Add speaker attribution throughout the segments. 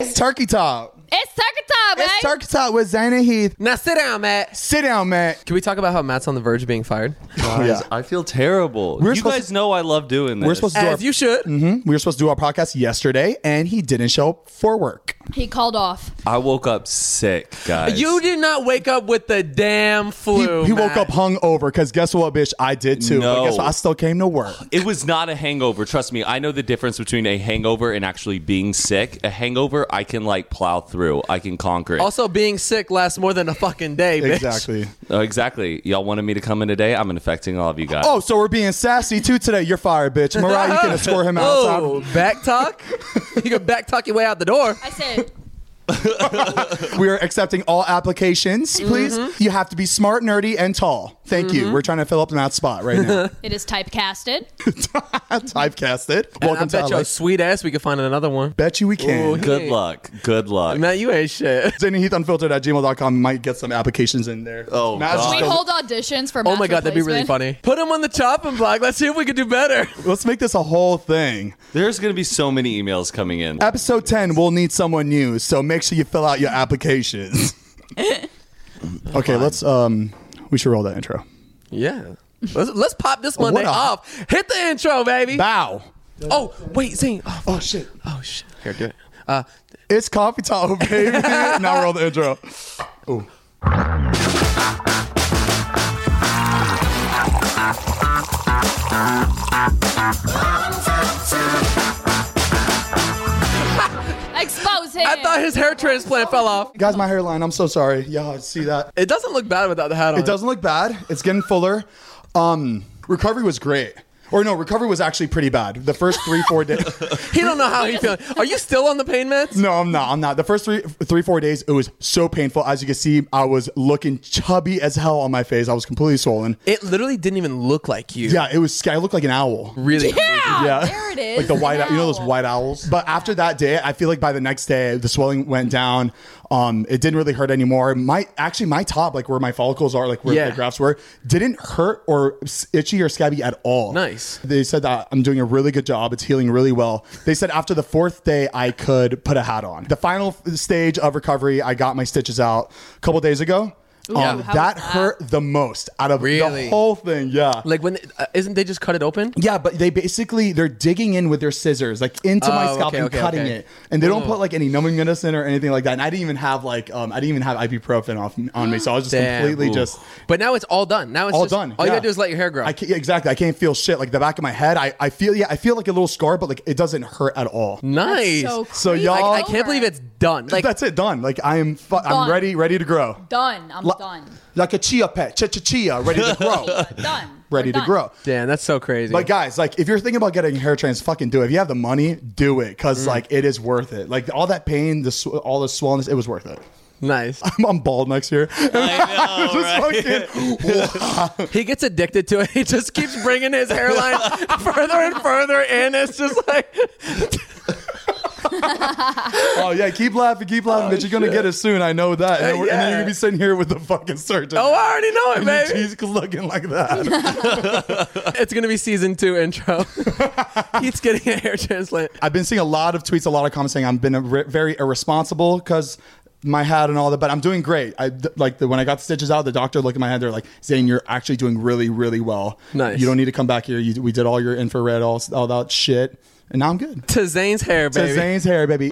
Speaker 1: It's Turkey Talk.
Speaker 2: It's turkey time, babe.
Speaker 1: It's Turkey Talk with Zana Heath.
Speaker 3: Now sit down, Matt.
Speaker 1: Sit down, Matt.
Speaker 3: Can we talk about how Matt's on the verge of being fired?
Speaker 1: Yeah.
Speaker 4: I feel terrible.
Speaker 1: We're
Speaker 4: you
Speaker 1: supposed
Speaker 4: guys know I love doing this.
Speaker 1: We're supposed to do our, Mhm.
Speaker 3: As you should.
Speaker 1: we were supposed to do our podcast yesterday, and he didn't show up for work.
Speaker 2: He called off.
Speaker 4: I woke up sick, guys.
Speaker 3: You did not wake up with the damn
Speaker 1: He,
Speaker 3: flu.
Speaker 1: he woke up
Speaker 3: Matt.
Speaker 1: hungover because guess what, bitch? I did too. But
Speaker 4: No.
Speaker 1: guess what? I still came to work.
Speaker 4: It was not a hangover. Trust me. I know the difference between a hangover and actually being sick. A hangover, I can like plow through. I can conquer it.
Speaker 3: Also, being sick lasts more than a fucking day, bitch.
Speaker 1: Exactly.
Speaker 4: Oh, exactly. Y'all wanted me to come in today. I'm infecting all of you guys.
Speaker 1: Oh, so we're being sassy too today. You're fired, bitch. Mariah, you can escort him outside.
Speaker 3: Oh, back talk? you can back talk your way out the door.
Speaker 2: I said,
Speaker 1: We are accepting all applications,
Speaker 3: Mm-hmm.
Speaker 1: please. You have to be smart, nerdy, and tall. Thank you. We're trying to fill up that spot right now.
Speaker 2: it is typecasted.
Speaker 1: Typecasted.
Speaker 3: And I
Speaker 1: Welcome
Speaker 3: bet
Speaker 1: to LA.
Speaker 3: your sweet ass we could find another one.
Speaker 1: Bet you we
Speaker 3: Ooh,
Speaker 1: can.
Speaker 3: he-
Speaker 4: Good luck. Good luck.
Speaker 3: Matt, you ain't shit.
Speaker 1: Zanny Heath Unfiltered at gmail.com might get some applications in there. Oh,
Speaker 2: We hold auditions for.
Speaker 3: Oh
Speaker 2: Matt's
Speaker 3: my god, that'd be really
Speaker 2: replacement.
Speaker 3: funny. Put him on the chopping block. Let's see if we could do better.
Speaker 1: Let's make this a whole thing.
Speaker 4: There's going to be so many emails coming in.
Speaker 1: Episode 10, we'll need someone new, so make sure you fill out your applications. okay, let's, um, we should roll that intro.
Speaker 3: Yeah. Let's, let's pop this Monday
Speaker 1: What a-
Speaker 3: off. Hit the intro, baby.
Speaker 1: Bow.
Speaker 3: Oh, wait, Zane. Oh,
Speaker 1: Oh, shit.
Speaker 3: oh, shit. Here, do it. Uh,
Speaker 1: It's coffee time, baby. now roll the intro. Ooh.
Speaker 2: Expose him.
Speaker 3: I thought his hair transplant fell off.
Speaker 1: Guys, my hairline, I'm so sorry. Y'all see that.
Speaker 3: It doesn't look bad without the hat on.
Speaker 1: It doesn't look bad. It's getting fuller. Um, recovery was great. Or no, recovery was actually pretty bad. The first three, four days.
Speaker 3: He don't know how he feeling. Are you still on the pain meds?
Speaker 1: No, I'm not. I'm not. The first three, three, four days, it was so painful. As you can see, I was looking chubby as hell on my face. I was completely swollen.
Speaker 3: It literally didn't even look like you.
Speaker 1: Yeah, it was. sc- I looked like an owl.
Speaker 3: Really.
Speaker 2: Yeah,
Speaker 1: Yeah.
Speaker 2: there it is.
Speaker 1: Like the white,
Speaker 2: Now.
Speaker 1: owl. you know those white owls. But after that day, I feel like by the next day, the swelling went down. Um, it didn't really hurt anymore. My actually, my top, like where my follicles are, like where
Speaker 3: Yeah.
Speaker 1: the grafts were, didn't hurt or s- itchy or scabby at all.
Speaker 3: Nice.
Speaker 1: They said that I'm doing a really good job. It's healing really well. They said after the fourth day, I could put a hat on. The final f- stage of recovery, I got my stitches out a couple days ago. um,
Speaker 2: how was
Speaker 1: that
Speaker 2: that?
Speaker 1: hurt the most out of
Speaker 3: Really?
Speaker 1: the whole thing. Yeah.
Speaker 3: Like when uh, isn't they just cut it open?
Speaker 1: Yeah, but they basically they're digging in with their scissors, like into my
Speaker 3: Oh,
Speaker 1: scalp
Speaker 3: okay,
Speaker 1: and
Speaker 3: okay,
Speaker 1: cutting
Speaker 3: okay.
Speaker 1: it. And they don't put like any numbing medicine or anything like that. And I didn't even have like um I didn't even have ibuprofen off on me, so I was just
Speaker 3: Damn.
Speaker 1: completely
Speaker 3: Ooh.
Speaker 1: just
Speaker 3: But now it's all done. Now it's
Speaker 1: all
Speaker 3: just-
Speaker 1: done.
Speaker 3: All you
Speaker 1: Yeah.
Speaker 3: gotta do is let your hair grow.
Speaker 1: I can't, yeah, exactly. I can't feel shit. Like the back of my head, I, I feel yeah, I feel like a little scar, but like it doesn't hurt at all.
Speaker 3: nice.
Speaker 2: So,
Speaker 1: So
Speaker 2: creepy.
Speaker 1: y'all-
Speaker 3: I can't believe it's done. Like
Speaker 1: That's it. Done. Like I am. Fu- I'm
Speaker 2: Done.
Speaker 1: ready. Ready to grow.
Speaker 2: done. I'm
Speaker 1: Lo-
Speaker 2: done.
Speaker 1: Like a chia pet. Chia chia chia. Ready to grow.
Speaker 2: Done.
Speaker 1: ready to
Speaker 2: We're done.
Speaker 1: grow.
Speaker 3: damn, that's so crazy.
Speaker 1: But guys, like if you're thinking about getting hair trans, fucking do it. If you have the money, do it because like it is worth it. Like all that pain, the sw- all the swollenness, it was worth it.
Speaker 3: nice.
Speaker 1: I'm, I'm bald next year.
Speaker 4: I know, right?
Speaker 1: Just fucking-
Speaker 3: He gets addicted to it. He just keeps bringing his hairline further and further in. It's just like
Speaker 1: oh yeah, keep laughing, keep laughing, bitch. You're gonna get it soon. I know that. And, then
Speaker 3: Hey,
Speaker 1: we're- and then
Speaker 3: yeah.
Speaker 1: you're gonna be sitting here with the fucking surgeon.
Speaker 3: Oh, I already know it,
Speaker 1: Your
Speaker 3: baby.
Speaker 1: teeth looking like that.
Speaker 3: It's gonna be season two intro. He's getting a hair transplant.
Speaker 1: I've been seeing a lot of tweets, a lot of comments saying I've been a re- very irresponsible because my hat and all that, but I'm doing great. I th- like the, when I got the stitches out, the doctor looked at my head. They're like, "Zane, you're actually doing really, really well.
Speaker 3: Nice.
Speaker 1: You don't need to come back here. You, we did all your infrared, all all that shit, and now I'm good."
Speaker 3: To Zane's hair,
Speaker 1: To
Speaker 3: baby. Mm.
Speaker 1: Zane's hair, baby.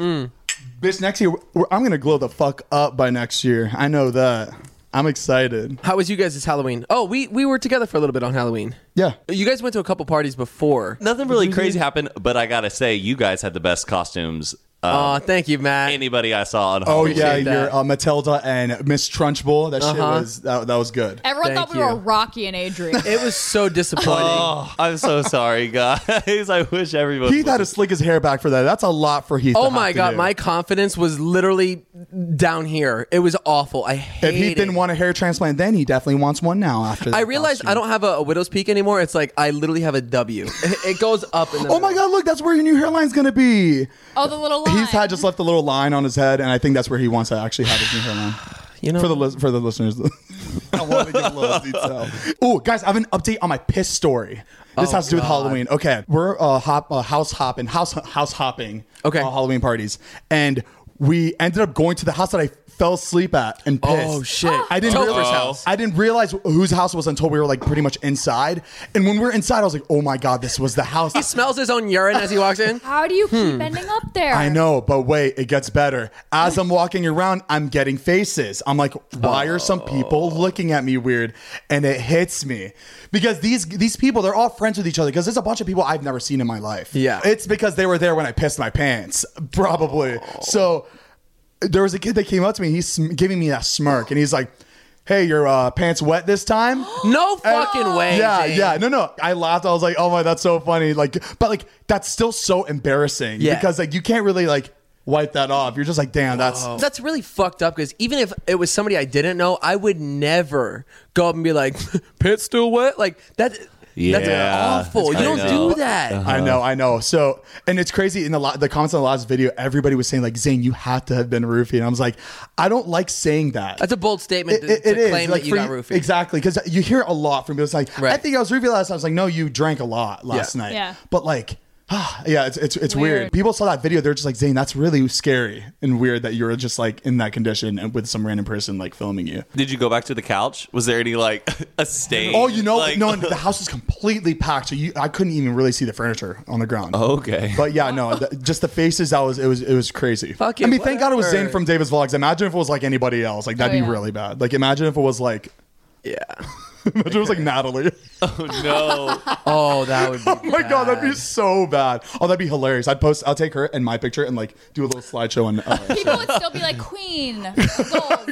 Speaker 1: Bitch, next year we're, I'm gonna glow the fuck up by next year. I know that. I'm excited.
Speaker 3: How was you guys' this Halloween? Oh, we we were together for a little bit on Halloween.
Speaker 1: Yeah.
Speaker 3: You guys went to a couple parties before.
Speaker 4: Nothing really crazy happened, but I gotta say, you guys had the best costumes.
Speaker 3: Oh,
Speaker 4: Uh,
Speaker 3: thank you, Matt.
Speaker 4: anybody I saw on
Speaker 1: Oh
Speaker 4: Halloween.
Speaker 1: yeah,
Speaker 3: Appreciate that.
Speaker 1: your uh, Matilda and Miss Trunchbull. That shit
Speaker 3: Uh-huh.
Speaker 1: was that, that was good.
Speaker 2: Everyone
Speaker 3: Thank
Speaker 2: thought we were
Speaker 3: you.
Speaker 2: Rocky and Adrian.
Speaker 3: it was so disappointing. oh,
Speaker 4: Oh, I'm so sorry, guys. I wish everyone.
Speaker 1: Heath had to slick his hair back for that. That's a lot for Heath. to have
Speaker 3: Oh my
Speaker 1: to
Speaker 3: god,
Speaker 1: do.
Speaker 3: my confidence was literally down here. It was awful. I
Speaker 1: If
Speaker 3: hate
Speaker 1: Heath
Speaker 3: it.
Speaker 1: didn't want a hair transplant, then he definitely wants one now. After that
Speaker 3: I realized I
Speaker 1: costume.
Speaker 3: don't have a, a widow's peak anymore. It's like I literally have a W. It- It goes up. In the
Speaker 1: Oh my god! Look, that's where your new hairline's gonna be.
Speaker 2: Oh, the little line.
Speaker 1: Heath had just left a little line on his head, and I think that's where he wants to actually have his new hairline.
Speaker 3: You know-
Speaker 1: for the lis- for the listeners, I want to give a little detail. Oh, guys, I have an update on my piss story. This
Speaker 3: Oh,
Speaker 1: has to do with
Speaker 3: God.
Speaker 1: Halloween. Okay, we're uh, hop uh, house hopping, house house hopping.
Speaker 3: Okay.
Speaker 1: uh, Halloween parties, and we ended up going to the house that I fell asleep at and pissed.
Speaker 3: Oh, shit.
Speaker 1: I didn't
Speaker 3: Topher's
Speaker 1: realize
Speaker 3: house.
Speaker 1: I didn't realize whose house it was until we were like pretty much inside. And when we were inside, I was like, oh my god, this was the house.
Speaker 3: He smells his own urine as he walks in.
Speaker 2: How do you keep ending up there?
Speaker 1: Hmm. I know, but wait, it gets better. As I'm walking around, I'm getting faces. I'm like, why are some people looking at me weird? And it hits me because these these people, they're all friends with each other because there's a bunch of people I've never seen in my life.
Speaker 3: Yeah.
Speaker 1: it's because they were there when I pissed my pants, probably. So there was a kid that came up to me. He's sm- giving me that smirk, and he's like. Hey, your uh, pants wet this time?
Speaker 3: No fucking way.
Speaker 1: Uh, Yeah,
Speaker 3: Zane.
Speaker 1: yeah. No, no. I laughed. I was like, oh my, that's so funny. Like, but like that's still so embarrassing
Speaker 3: Yeah.
Speaker 1: because like you can't really like wipe that off. You're just like, damn, that's
Speaker 3: That's really fucked up because even if it was somebody I didn't know, I would never go up and be like, "Pits still wet." Like that. That's
Speaker 4: Yeah.
Speaker 3: awful. You
Speaker 4: That's
Speaker 3: don't
Speaker 4: kinda-
Speaker 3: do that.
Speaker 1: I know, I know. So, and it's crazy. In the la- the comments on the last video, everybody was saying like, "Zane, you have to have been roofie," and I was like, "I don't like saying that."
Speaker 3: That's a bold statement
Speaker 1: It-
Speaker 3: to,
Speaker 1: it- it
Speaker 3: to
Speaker 1: is.
Speaker 3: claim
Speaker 1: Like,
Speaker 3: that you
Speaker 1: for
Speaker 3: got
Speaker 1: you-
Speaker 3: roofied.
Speaker 1: Exactly, because you hear a lot from people. It's like, I
Speaker 3: Right.
Speaker 1: think I was roofie last night. I was like, no, you drank a lot last night.
Speaker 2: Yeah.
Speaker 1: But like, yeah, it's it's, it's weird.
Speaker 2: Weird.
Speaker 1: People saw that video. They're just like, Zane, that's really scary and weird that you're just like in that condition and with some random person like filming you.
Speaker 4: Did you go back to the couch? Was there any like a stain?
Speaker 1: Oh, you know,
Speaker 4: Like-
Speaker 1: no, and the house is completely packed, so you I couldn't even really see the furniture on the ground.
Speaker 4: Okay.
Speaker 1: But yeah, no, th- just the faces. That was it was it was crazy.
Speaker 3: Fuck
Speaker 1: I
Speaker 3: it,
Speaker 1: mean, thank God it was Zane
Speaker 3: whatever.
Speaker 1: from Davis Vlogs. Imagine if it was like anybody else. Like that'd
Speaker 2: Oh,
Speaker 1: be
Speaker 2: yeah.
Speaker 1: really bad. Like imagine if it was like
Speaker 3: yeah.
Speaker 1: imagine if it was like Natalie.
Speaker 4: Oh no.
Speaker 3: Oh, that would. Be
Speaker 1: Oh my god, that'd be so bad. Oh, that'd be hilarious. I'd post, I'll take her and my picture and like do a little slideshow and uh,
Speaker 2: People would still be like, Queen, goals.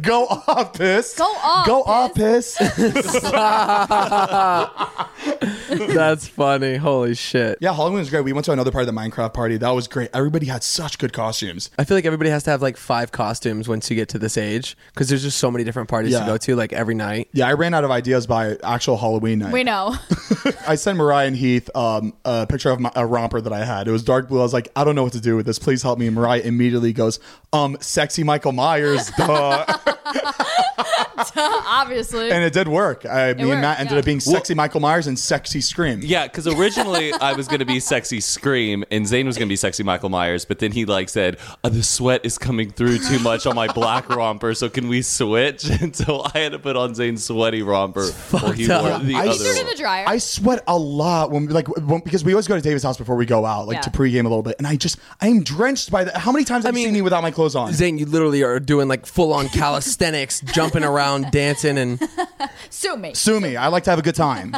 Speaker 1: go off, piss.
Speaker 2: Go off,
Speaker 1: Go off, piss.
Speaker 3: That's funny. Holy shit.
Speaker 1: yeah, Halloween was great. We went to another part of the Minecraft party. That was great. Everybody had such good costumes.
Speaker 3: I feel like everybody has to have like five costumes once you get to this age because there's just so many different parties
Speaker 1: Yeah.
Speaker 3: to go to like every night.
Speaker 1: Yeah, I ran out of ideas by actual Halloween night.
Speaker 2: we know.
Speaker 1: I sent Mariah and Heath um, a picture of my, a romper that I had. It was dark blue. I was like, I don't know what to do with this. Please help me. And Mariah immediately goes, um, sexy Michael Myers, duh.
Speaker 2: Obviously.
Speaker 1: and it did work. I, me and
Speaker 2: worked,
Speaker 1: Matt ended
Speaker 2: yeah.
Speaker 1: up being sexy Michael Myers and sexy Scream.
Speaker 4: Yeah, because originally I was gonna be sexy Scream and Zayn was gonna be sexy Michael Myers, but then he like said, "Uh, "The sweat is coming through too much on my black romper, so can we switch?" And so I had to put on Zayn's sweaty romper while he
Speaker 3: up.
Speaker 4: wore the
Speaker 1: I
Speaker 4: other.
Speaker 2: threw it
Speaker 4: one.
Speaker 2: in the dryer.
Speaker 1: I sweat a lot when like when, because we always go to David's house before we go out, like
Speaker 2: Yeah.
Speaker 1: to pregame a little bit, and I just I am drenched by that. How many times have you
Speaker 3: mean,
Speaker 1: seen me without my clothes on?
Speaker 3: Zane, you literally are doing like full on calisthenics, jumping around, dancing, and
Speaker 2: Sue me.
Speaker 1: Sue me. I like to have a good time.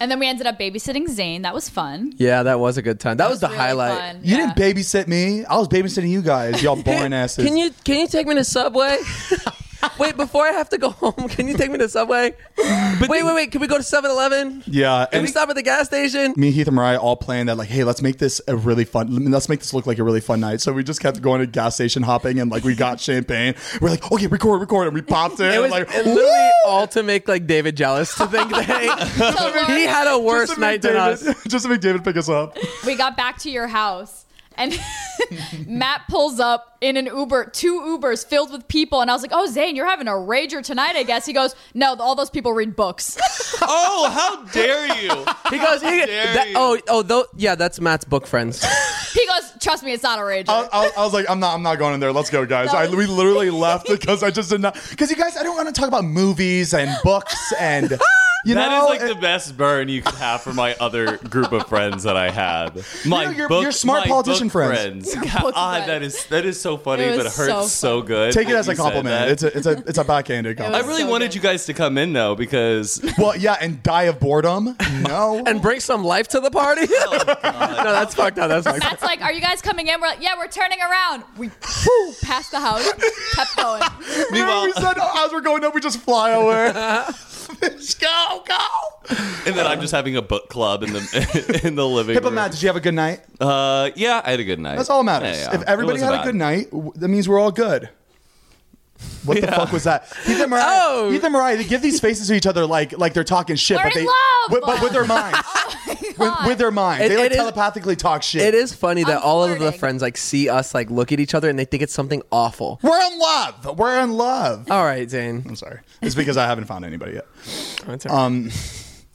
Speaker 2: And then we ended up babysitting Zane. That was fun.
Speaker 3: yeah, that was a good time. That was the
Speaker 2: Really
Speaker 3: highlight.
Speaker 2: fun,
Speaker 1: You
Speaker 2: yeah.
Speaker 1: didn't babysit me. I was babysitting you guys. Y'all boring asses.
Speaker 3: Can you can you take me to Subway? wait, before I have to go home, can you take me to Subway? wait, wait, wait. Can we go to 7-Eleven? Can
Speaker 1: Yeah. And
Speaker 3: we stop at the gas station?
Speaker 1: me, Heath, and Mariah all planned that like, hey, let's make this a really fun. Let's make this look like a really fun night. So we just kept going to gas station hopping, and like we got champagne. We're like, okay, record, record, and we popped it.
Speaker 3: It
Speaker 1: and,
Speaker 3: was
Speaker 1: like,
Speaker 3: literally
Speaker 1: woo!
Speaker 3: all to make like David jealous to think that he had a
Speaker 1: Just
Speaker 3: worse
Speaker 1: to make
Speaker 3: night than us.
Speaker 1: David- Just to make David pick us up.
Speaker 2: We got back to your house. And Matt pulls up in an Uber, two Ubers filled with people. And I was like, oh, Zane, you're having a rager tonight, I guess. He goes, no, all those people read books.
Speaker 4: Oh, how dare you!
Speaker 3: He goes, he,
Speaker 4: dare
Speaker 3: that,
Speaker 4: you.
Speaker 3: oh, oh, though, yeah, that's Matt's book friends.
Speaker 2: He goes, trust me, it's not a rager.
Speaker 1: I, I, I was like, I'm not, I'm not going in there. Let's go, guys. I, we literally left because I just did not. Because you guys, I don't want to talk about movies and books and you
Speaker 4: That is
Speaker 1: know.
Speaker 4: like
Speaker 1: it-
Speaker 4: the best burn you could have for my other group of friends that I had. My
Speaker 1: know, your-
Speaker 4: book,
Speaker 1: your smart
Speaker 4: my
Speaker 1: politician
Speaker 4: book
Speaker 1: friends.
Speaker 4: God,
Speaker 2: friends.
Speaker 4: that is that is so funny,
Speaker 2: It
Speaker 4: but it
Speaker 2: was
Speaker 4: hurts so,
Speaker 2: so
Speaker 4: good.
Speaker 1: Take it
Speaker 4: that
Speaker 1: as
Speaker 4: you
Speaker 1: a
Speaker 4: said
Speaker 1: compliment.
Speaker 4: that.
Speaker 1: It's a, it's a, it's a backhanded
Speaker 4: I
Speaker 1: compliment.
Speaker 4: really
Speaker 2: so
Speaker 4: wanted
Speaker 2: good.
Speaker 4: you guys to come in though because
Speaker 1: well, yeah, and die of boredom. No,
Speaker 3: And bring some life to the party?
Speaker 1: Oh,
Speaker 3: no, that's fucked up. That's fucked up.
Speaker 2: Matt's like, are you guys coming in? We're like, yeah, we're turning around. We whoo, passed the house, kept going.
Speaker 1: we
Speaker 4: meanwhile,
Speaker 1: said "Oh, as we're going up, we just fly away. Just go, go.
Speaker 4: and then I'm just having a book club in the in the living
Speaker 1: Hippo
Speaker 4: room.
Speaker 1: Matt, did you have a good night?
Speaker 4: Uh, yeah, I had a good night.
Speaker 1: That's all that matters.
Speaker 4: Yeah, yeah.
Speaker 1: If everybody
Speaker 4: It
Speaker 1: had
Speaker 4: wasn't
Speaker 1: a good
Speaker 4: bad.
Speaker 1: night, w- that means we're all good. What the fuck was that? Heath and Mariah,
Speaker 3: Oh.
Speaker 1: Heath and Mariah, they give these faces to each other like like they're talking shit,
Speaker 2: We're
Speaker 1: but
Speaker 2: in
Speaker 1: they
Speaker 2: love. Oh
Speaker 1: With, but with their minds, with, with their minds,
Speaker 3: It-
Speaker 1: they like
Speaker 3: it is-
Speaker 1: telepathically talk shit.
Speaker 3: It is funny that
Speaker 2: I'm
Speaker 3: all of the
Speaker 2: flirting.
Speaker 3: friends like see us like look at each other and they think it's something awful.
Speaker 1: We're in love. We're in love.
Speaker 3: All right, Zane.
Speaker 1: I'm sorry. It's because I haven't found anybody yet.
Speaker 3: Um,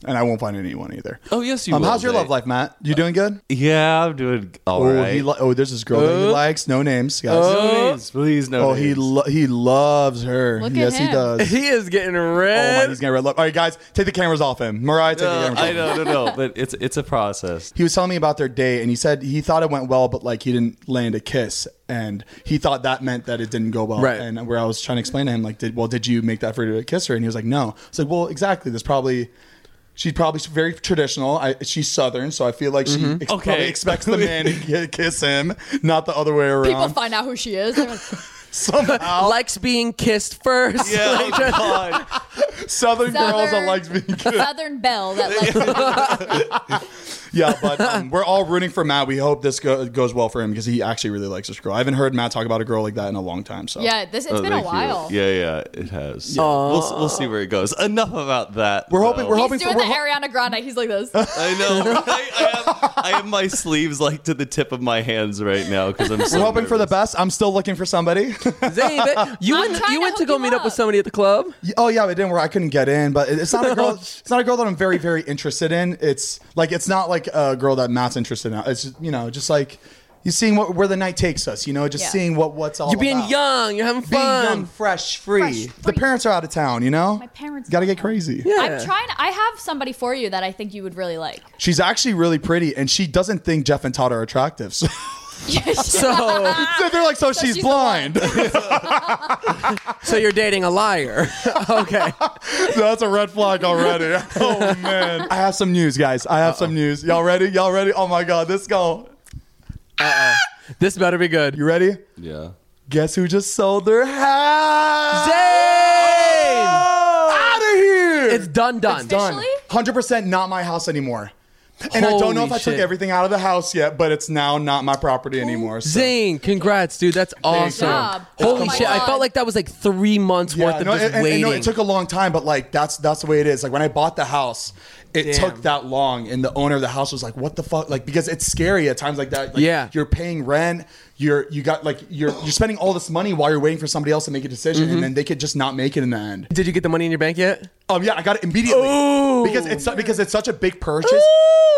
Speaker 1: and I won't find anyone either.
Speaker 4: Oh, yes, you
Speaker 1: Um,
Speaker 4: will,
Speaker 1: how's your
Speaker 4: Zane.
Speaker 1: love life, Matt? You doing good?
Speaker 4: Yeah, I'm doing all
Speaker 1: oh,
Speaker 4: right.
Speaker 1: he li- oh, there's this girl that he likes. No names, guys. Oh,
Speaker 4: No names, please no.
Speaker 1: he
Speaker 4: names.
Speaker 1: lo- he loves her.
Speaker 2: Look at
Speaker 1: yes,
Speaker 2: him.
Speaker 1: he does.
Speaker 3: He is getting
Speaker 1: oh my,
Speaker 3: red.
Speaker 1: he's gonna red love. All right, guys, take the cameras off him. Mariah, take the
Speaker 4: Uh,
Speaker 1: cameras off.
Speaker 4: I know, Uh, no, no, but it's it's a process.
Speaker 1: he was telling me about their date and he said he thought it went well but like he didn't land a kiss and he thought that meant that it didn't go well
Speaker 3: Right.
Speaker 1: and where i was trying to explain to him like did well did you make the effort to kiss her and he was like no i was like well exactly there's probably she's probably very traditional I, she's southern so i feel like she ex-
Speaker 4: Mm-hmm. Okay.
Speaker 1: probably expects the man to ki- kiss him not the other way
Speaker 2: People
Speaker 1: around
Speaker 2: find out who she is. They're like,
Speaker 1: somehow
Speaker 3: likes being kissed first.
Speaker 4: Yeah, oh, God.
Speaker 1: southern, girls that
Speaker 2: Southern.
Speaker 1: likes being kissed
Speaker 2: Southern Belle that like
Speaker 1: yeah, but um, we're all rooting for Matt. We hope this go- goes well for him because he actually really likes this girl. I haven't heard Matt talk about a girl like that in a long time. So
Speaker 2: yeah. This it's
Speaker 4: Oh,
Speaker 2: been a
Speaker 4: thank you.
Speaker 2: while.
Speaker 4: Yeah, yeah, it has. We'll, s- we'll see where it goes. Enough about that.
Speaker 1: We're hoping-
Speaker 4: though.
Speaker 1: we're hoping-
Speaker 2: He's doing
Speaker 1: for-
Speaker 2: the Ariana Grande. He's like this.
Speaker 4: I know. right? I, have, I have my sleeves like to the tip of my hands right now because I'm. So
Speaker 1: We're hoping for the
Speaker 4: nervous.
Speaker 1: best. I'm still looking for somebody.
Speaker 3: Zane, but you
Speaker 2: I'm
Speaker 3: went.
Speaker 2: trying
Speaker 3: You
Speaker 2: to
Speaker 3: went to
Speaker 2: hook
Speaker 3: go
Speaker 2: him
Speaker 3: meet up with
Speaker 2: up.
Speaker 3: somebody at the club.
Speaker 1: oh yeah, it didn't work. I couldn't get in, but it- it's not a girl. it's not a girl that I'm very, very interested in. It's like it's not like a girl that Matt's interested in. It's you know just like you seeing what where the night takes us. You know, just
Speaker 2: Yeah.
Speaker 1: seeing what what's all.
Speaker 3: You're being
Speaker 1: about.
Speaker 3: young. You're having
Speaker 1: being
Speaker 3: fun.
Speaker 1: young, fresh, free.
Speaker 2: Fresh,
Speaker 1: The
Speaker 2: free.
Speaker 1: parents are out of town. You know,
Speaker 2: My parents
Speaker 1: got to
Speaker 2: are
Speaker 1: get
Speaker 2: out.
Speaker 1: crazy.
Speaker 3: Yeah.
Speaker 2: I'm trying. I have somebody for you that I think you would really like.
Speaker 1: She's actually really pretty, and she doesn't think Jeff and Todd are attractive. So,
Speaker 3: So,
Speaker 1: so they're like, so, she's,
Speaker 2: she's the one.
Speaker 1: blind.
Speaker 3: so you're dating a liar. okay.
Speaker 1: That's a red flag already. Oh man, I have some news, guys. I have some news. Y'all ready? Y'all ready? Oh my god, this go.
Speaker 3: This better be good.
Speaker 1: You ready?
Speaker 4: Yeah.
Speaker 1: Guess who just sold their house?
Speaker 3: Zane!
Speaker 1: Out of here!
Speaker 3: It's done, done.
Speaker 1: done.
Speaker 2: Officially?
Speaker 1: Hundred percent not my house anymore. And I don't know if
Speaker 3: Holy
Speaker 1: I took
Speaker 3: shit.
Speaker 1: everything out of the house yet, but it's now not my property anymore. So.
Speaker 3: Zane, congrats, dude. That's awesome.
Speaker 2: job.
Speaker 3: Holy
Speaker 2: Oh my
Speaker 3: shit. I
Speaker 2: God.
Speaker 3: felt like that was like three months
Speaker 1: Yeah,
Speaker 3: worth of
Speaker 1: no,
Speaker 3: just
Speaker 1: and- and-
Speaker 3: waiting.
Speaker 1: and no, it took a long time, but like that's that's the way it is. Like when I bought the house, it
Speaker 3: Damn.
Speaker 1: took that long, and the owner of the house was like, "What the fuck?" Like because it's scary at times like that. Like,
Speaker 3: Yeah.
Speaker 1: you're paying rent, you're you got like you're you're spending all this money while you're waiting for somebody else to make a decision,
Speaker 3: Mm-hmm.
Speaker 1: and then they could just not make it in the end.
Speaker 3: Did you get the money in your bank yet?
Speaker 1: Um, yeah, I got it immediately
Speaker 3: Ooh.
Speaker 1: because it's su- because it's such a big purchase.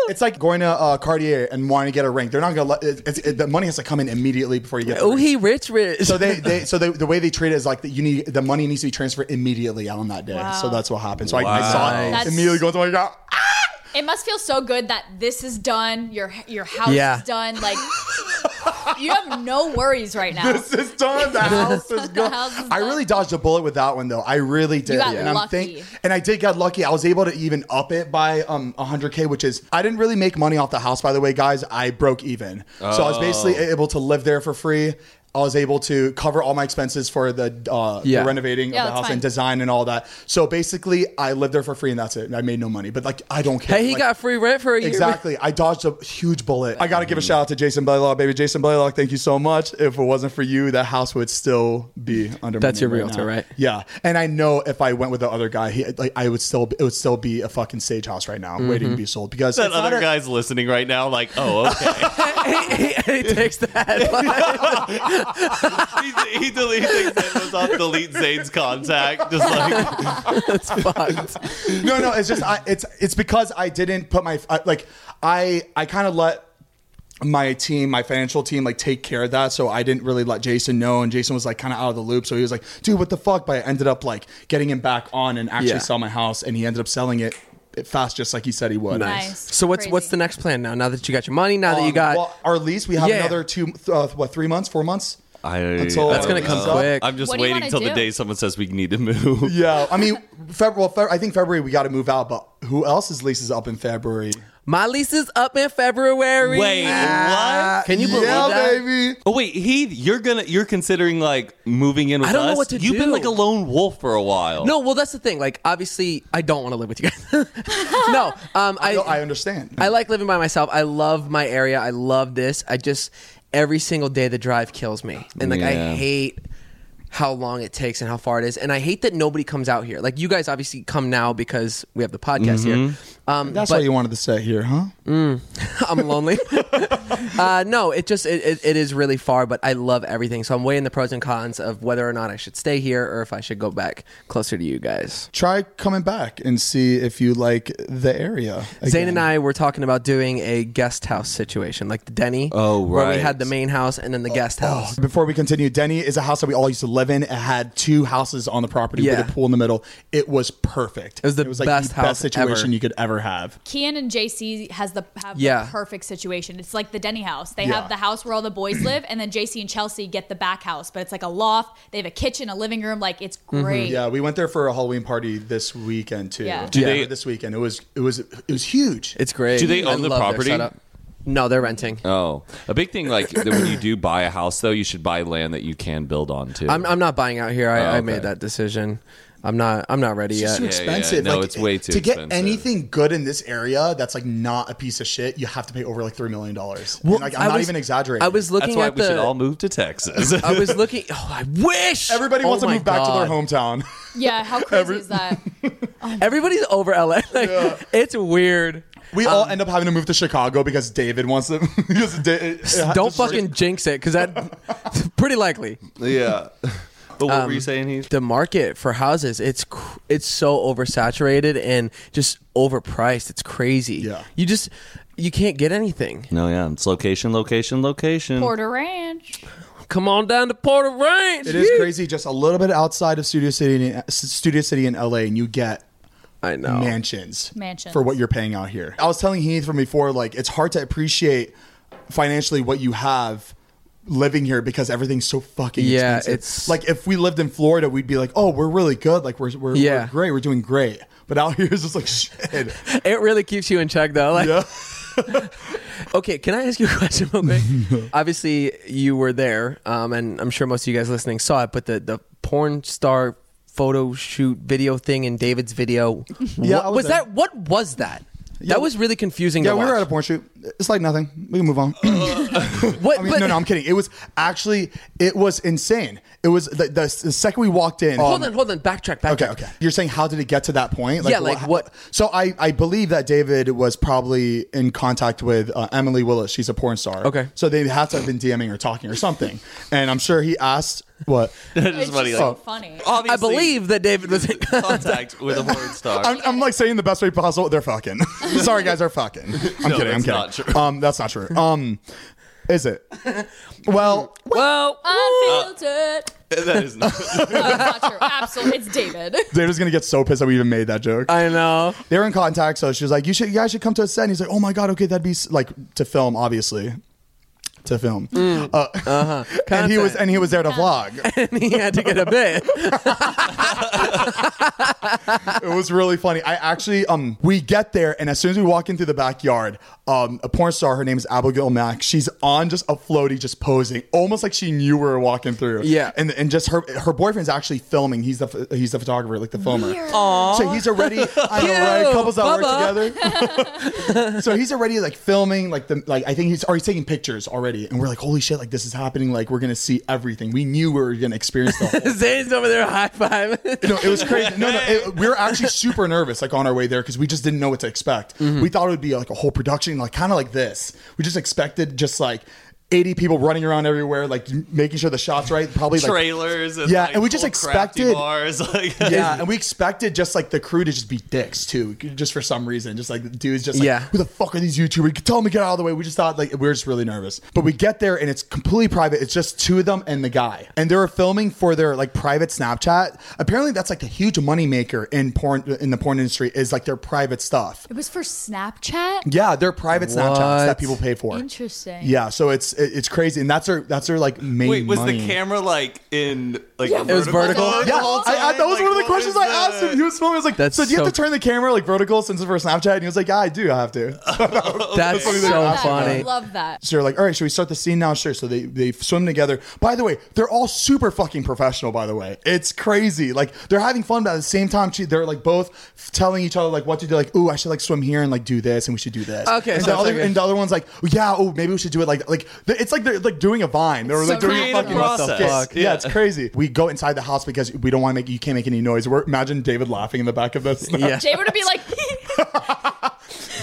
Speaker 1: It's like going to uh, Cartier and wanting to get a ring. They're not gonna let it, it's it, the money has to come in immediately before you get. The
Speaker 3: Oh,
Speaker 1: ring.
Speaker 3: he rich, rich.
Speaker 1: So they, they so they, the way they treat it is like that you need the money needs to be transferred immediately on that day.
Speaker 2: Wow.
Speaker 1: So that's what happened. So I, I saw it
Speaker 2: Wow. That's-
Speaker 1: immediately going to my God.
Speaker 2: It must feel so good that this is done. Your your house
Speaker 3: Yeah.
Speaker 2: is done. Like you have no worries right now.
Speaker 1: This is done. The house is gone.
Speaker 2: house is
Speaker 1: I
Speaker 2: done.
Speaker 1: really dodged a bullet with that one though. I really did.
Speaker 2: got
Speaker 1: and I'm
Speaker 2: lucky.
Speaker 1: think, and I did get lucky. I was able to even up it by um 100k, which is I didn't really make money off the house by the way, guys. I broke even. So I was basically
Speaker 3: Oh.
Speaker 1: able to live there for free. I was able to cover all my expenses for the, uh,
Speaker 3: Yeah.
Speaker 1: the renovating
Speaker 2: Yeah,
Speaker 1: of the
Speaker 2: that's
Speaker 1: house
Speaker 2: fine.
Speaker 1: and design and all that. So basically, I lived there for free and that's it. I made no money, but like I don't care.
Speaker 3: hey, he
Speaker 1: Like,
Speaker 3: got free rent for a year.
Speaker 1: Exactly. I dodged a huge bullet. I got to give a shout out to Jason Blaylock, baby. Jason Blaylock, thank you so much. If it wasn't for you, that house would still be under. my
Speaker 3: That's
Speaker 1: name
Speaker 3: your
Speaker 1: right
Speaker 3: realtor,
Speaker 1: now.
Speaker 3: right?
Speaker 1: Yeah, and I know if I went with the other guy, he, like I would still, it would still be a fucking sage house right
Speaker 3: Mm-hmm.
Speaker 1: now, waiting to be sold because
Speaker 4: That
Speaker 1: it's not
Speaker 4: other
Speaker 1: a-
Speaker 4: guy's listening right now, like, oh, okay.
Speaker 3: he, he takes that.
Speaker 4: he, he, delete, he takes that goes off, delete Zane's contact. Just like,
Speaker 3: That's fucked.
Speaker 1: no, no, it's just I, it's it's because I didn't put my I, like I I kind of let my team, my financial team, like take care of that. So I didn't really let Jason know, and Jason was like kind of out of the loop. So he was like, "Dude, what the fuck?" But I ended up like getting him back on and actually
Speaker 3: Yeah.
Speaker 1: sell my house, and he ended up selling it fast, just like he said he would.
Speaker 2: Nice.
Speaker 3: So what's
Speaker 2: Crazy.
Speaker 3: what's the next plan now? Now that you got your money, now that you
Speaker 1: Um,
Speaker 3: got
Speaker 1: well, our lease. We have
Speaker 3: Yeah.
Speaker 1: another two, th- uh, what, three months, four months.
Speaker 4: I,
Speaker 1: Until-
Speaker 3: that's gonna
Speaker 1: uh,
Speaker 3: come
Speaker 1: so-
Speaker 3: quick.
Speaker 4: I'm just
Speaker 2: What do you
Speaker 4: waiting
Speaker 2: wanna
Speaker 4: until the
Speaker 2: do?
Speaker 4: day someone says we need to move.
Speaker 1: Yeah, I mean, February. Well, Fe- I think February we got to move out, but who else's lease is up in February?
Speaker 3: my lease is up in February.
Speaker 4: Wait,
Speaker 3: Ah,
Speaker 4: what?
Speaker 3: Can you believe
Speaker 1: yeah,
Speaker 3: that?
Speaker 1: baby.
Speaker 4: Oh wait, Heath, you're gonna you're considering like moving in with
Speaker 3: I don't know
Speaker 4: us.
Speaker 3: what to
Speaker 4: You've been
Speaker 3: do.
Speaker 4: like a lone wolf for a while.
Speaker 3: No, well that's the thing. Like obviously, I don't want to live with you guys. no, um, I
Speaker 1: No, I understand.
Speaker 3: I like living by myself. I love my area. I love this. I just every single day the drive kills me, and like
Speaker 4: Yeah.
Speaker 3: I hate how long it takes and how far it is, and I hate that nobody comes out here. Like you guys obviously come now because we have the podcast here, Um,
Speaker 1: That's
Speaker 3: but- Mm.
Speaker 1: what you wanted to say here, huh?
Speaker 3: I'm lonely. uh, no, it just it, it, it is really far, but I love everything. So I'm weighing the pros and cons of whether or not I should stay here or if I should go back closer to you guys.
Speaker 1: Try coming back and see if you like the area.
Speaker 3: Zane and I were talking about doing a guest house situation, like the Denny.
Speaker 4: Oh,
Speaker 3: Where we
Speaker 4: right.
Speaker 3: had the main house and then the guest
Speaker 1: Oh.
Speaker 3: house.
Speaker 1: Before we continue, Denny is a house that we all used to live in. It had two houses on the property
Speaker 3: Yeah.
Speaker 1: with a pool in the middle. It was perfect. It
Speaker 3: was the
Speaker 1: like
Speaker 3: best
Speaker 1: the
Speaker 3: house
Speaker 1: best situation
Speaker 3: ever.
Speaker 1: you could ever have.
Speaker 2: Kian and JC has the have
Speaker 3: Yeah.
Speaker 2: the perfect situation. It's like the Denny house. They
Speaker 1: Yeah.
Speaker 2: have the house where all the boys live, and then JC and Chelsea get the back house, but it's like a loft. They have a kitchen, a living room. Like it's
Speaker 3: Mm-hmm.
Speaker 2: great.
Speaker 1: Yeah, we went there for a Halloween party this weekend too.
Speaker 2: Yeah.
Speaker 4: Do
Speaker 1: Yeah.
Speaker 4: they-
Speaker 1: this weekend it was it was it was huge.
Speaker 3: It's great.
Speaker 4: Do they
Speaker 3: I
Speaker 4: own the
Speaker 3: love their
Speaker 4: property?
Speaker 3: setup. No, they're renting.
Speaker 4: Oh, a big thing like that when you do buy a house though, you should buy land that you can build on too.
Speaker 3: I'm, I'm not buying out here.
Speaker 1: Oh,
Speaker 3: I, I
Speaker 4: okay.
Speaker 3: made that decision. I'm not I'm not ready
Speaker 1: It's
Speaker 3: yet.
Speaker 1: too expensive.
Speaker 4: yeah. No, it's way too
Speaker 1: to get
Speaker 4: expensive.
Speaker 1: anything good in this area that's like not a piece of shit. You have to pay over like three million dollars. And, like I'm
Speaker 3: I
Speaker 1: not
Speaker 3: was-
Speaker 1: even exaggerating.
Speaker 3: I was looking
Speaker 4: That's why
Speaker 3: at
Speaker 4: we
Speaker 3: the
Speaker 4: should all move to Texas.
Speaker 3: I was looking Oh, I wish.
Speaker 1: Everybody wants
Speaker 3: Oh
Speaker 1: to
Speaker 3: my
Speaker 1: move back to their
Speaker 3: God.
Speaker 1: hometown.
Speaker 2: Yeah, how crazy is that?
Speaker 3: Everybody's over LA. Like, It's weird.
Speaker 1: We
Speaker 3: Um,
Speaker 1: all end up having to move to Chicago because David wants to. because Da- it- it-
Speaker 3: Don't
Speaker 1: just-
Speaker 3: fucking jinx it, because that's pretty likely.
Speaker 4: yeah. But what were
Speaker 1: Um,
Speaker 4: you saying, Heath?
Speaker 3: The market for houses, it's cr- it's so oversaturated and just overpriced. It's crazy.
Speaker 1: Yeah.
Speaker 3: you just you can't get anything.
Speaker 4: No, yeah, it's location, location, location.
Speaker 2: Porter Ranch.
Speaker 3: Come on down to Porter Ranch.
Speaker 1: It is crazy. Just a little bit outside of Studio City, in- Studio City in LA, and you get
Speaker 3: I know.
Speaker 1: mansions,
Speaker 2: Mansions.
Speaker 1: for what you're paying out here. I was telling Heath from before, like it's hard to appreciate financially what you have living here because everything's so fucking
Speaker 3: Yeah,
Speaker 1: expensive.
Speaker 3: it's-
Speaker 1: like if we lived in Florida, we'd be like, oh, we're really good. Like we're we're,
Speaker 3: Yeah.
Speaker 1: we're great. We're doing great. But out here, it's just like shit.
Speaker 3: It really keeps you in check, though. Like,
Speaker 1: Yeah.
Speaker 3: okay, can I ask you a question real quick? Obviously, you were there, um, and I'm sure most of you guys listening saw it. But the the porn star photo shoot video thing in David's video,
Speaker 1: Yeah,
Speaker 3: what,
Speaker 1: I was
Speaker 3: was
Speaker 1: there.
Speaker 3: that? What was that?
Speaker 1: Yeah.
Speaker 3: that was really confusing.
Speaker 1: Yeah,
Speaker 3: to
Speaker 1: we
Speaker 3: watch. Uh,
Speaker 1: were at a porn shoot. It's like nothing. We can move on.
Speaker 3: What?
Speaker 1: I mean,
Speaker 3: but,
Speaker 1: no, no, I'm kidding. It was actually, it was insane. It was the, the, the second we walked in.
Speaker 3: hold on, hold on. Backtrack. Backtrack.
Speaker 1: Um, Okay, okay. You're saying how did it get to that point?
Speaker 3: Yeah, like what-
Speaker 1: So I, I believe that David was probably in contact with uh, Emily Willis. She's a porn star.
Speaker 3: Okay.
Speaker 1: So they have to have been DMing or talking or something. And I'm sure he asked what.
Speaker 4: That
Speaker 2: It's
Speaker 4: is
Speaker 2: just
Speaker 4: funny.
Speaker 2: so
Speaker 3: Oh.
Speaker 4: Like,
Speaker 2: funny.
Speaker 4: obviously,
Speaker 3: I believe that David was. In-
Speaker 4: contact with a porn star.
Speaker 1: I'm, I'm like saying the best way possible. They're fucking. Sorry, guys, they're fucking. I'm
Speaker 4: No,
Speaker 1: kidding. I'm
Speaker 4: that's
Speaker 1: kidding.
Speaker 4: not true.
Speaker 1: Um, that's not true. Um, is it? Well,
Speaker 3: well, Oh.
Speaker 2: Unfiltered.
Speaker 4: that is not.
Speaker 2: no, it's not true. Absolutely, it's David.
Speaker 1: David's gonna get so pissed that we even made that joke.
Speaker 3: I know.
Speaker 1: they were in contact, so she was like, "You should, you guys should come to a set." And he's like, "Oh my god, okay, that'd be s- like to film, obviously, to film." Uh, and he was, and he was there to vlog.
Speaker 3: And he had to get a bit.
Speaker 1: it was really funny. I actually, um, we get there, and as soon as we walk into the backyard, um, a porn star, her name is Abigail Mack. She's on just a floaty, just posing, almost like she knew we were walking through.
Speaker 3: Yeah.
Speaker 1: and and just her, her boyfriend's actually filming. He's the, ph- he's the photographer, like the filmer. So he's already I know, right?
Speaker 3: Ew,
Speaker 1: Couples that
Speaker 3: Bubba.
Speaker 1: work together. so he's already like filming, like the like I think he's already taking pictures already, and we're like, holy shit, like this is happening. Like we're gonna see everything. We knew we were gonna experience the whole.
Speaker 3: Zane's over there high five.
Speaker 1: No, it was crazy. No, no, it, we were actually super nervous, like on our way there, because we just didn't know what to expect. We thought it would be like a whole production, like kind of like this. We just expected just like eighty people running around everywhere, like making sure the shots right. Probably like
Speaker 4: trailers. And
Speaker 1: Yeah,
Speaker 4: like,
Speaker 1: and we just
Speaker 4: little crafty
Speaker 1: expected-
Speaker 4: bars. Like,
Speaker 1: Yeah, and we expected just like the crew to just be dicks too, just for some reason. Just like the dudes, just like,
Speaker 3: Yeah.
Speaker 1: who the fuck are these YouTubers? Tell them to get out of the way. We just thought like we were just really nervous, but we get there and it's completely private. It's just two of them and the guy, and they were filming for their like private Snapchat. Apparently, that's like the huge moneymaker in porn in the porn industry is like their private stuff.
Speaker 2: It was for Snapchat.
Speaker 1: Yeah, their private Snapchats that people pay for.
Speaker 2: Interesting.
Speaker 1: Yeah, so it's it- it's crazy, and that's their that's their like main.
Speaker 4: Wait, was
Speaker 1: money.
Speaker 4: the camera like in like
Speaker 2: Yeah, It was
Speaker 3: vertical.
Speaker 4: the
Speaker 1: Yeah,
Speaker 4: whole
Speaker 1: I, I,
Speaker 4: time?
Speaker 1: that was one
Speaker 4: Like,
Speaker 1: of the
Speaker 4: what
Speaker 1: questions
Speaker 4: is
Speaker 1: I asked
Speaker 4: that?
Speaker 1: him. He was filming. I was like,
Speaker 3: That's
Speaker 1: "So do you
Speaker 3: so-
Speaker 1: have to turn the camera like vertical since it's for Snapchat?" And he was like, "Yeah, I do. I have to."
Speaker 3: That's
Speaker 2: I
Speaker 1: they're
Speaker 3: so
Speaker 2: love that. I
Speaker 3: funny.
Speaker 2: love that.
Speaker 1: so you're like, "All right, should we start the scene now?" Sure. So they they swim together. By the way, they're all super fucking professional. By the way, it's crazy. Like they're having fun, but at the same time, she, they're like both f- telling each other like what to do. Like, "Ooh, I should like swim here and like do this, and we should do this."
Speaker 3: Okay,
Speaker 1: And,
Speaker 3: so
Speaker 1: the,
Speaker 3: it's
Speaker 1: other,
Speaker 3: like a-
Speaker 1: and the other one's like, oh, "Yeah, oh maybe we should do it like like th- it's like they're like doing a vine. They're
Speaker 2: It's
Speaker 1: like
Speaker 2: so
Speaker 1: doing a
Speaker 2: creative
Speaker 1: fucking
Speaker 4: What the
Speaker 1: process.
Speaker 4: fuck?
Speaker 1: Yeah,
Speaker 4: Yeah.
Speaker 1: it's crazy. We go inside the house because we don't want to make you can't make any noise. We're imagine David laughing in the back of this.
Speaker 3: Yeah.
Speaker 2: Jay would be like,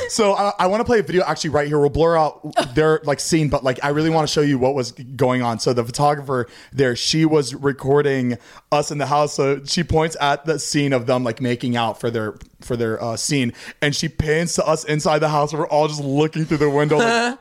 Speaker 1: So I, I want to play a video actually right here. We'll blur out their like scene, but like I really want to show you what was going on. So the photographer there, she was recording us in the house. So she points at the scene of them like making out for their for their uh, scene, and she pans to us inside the house. We're all just looking through the window, like,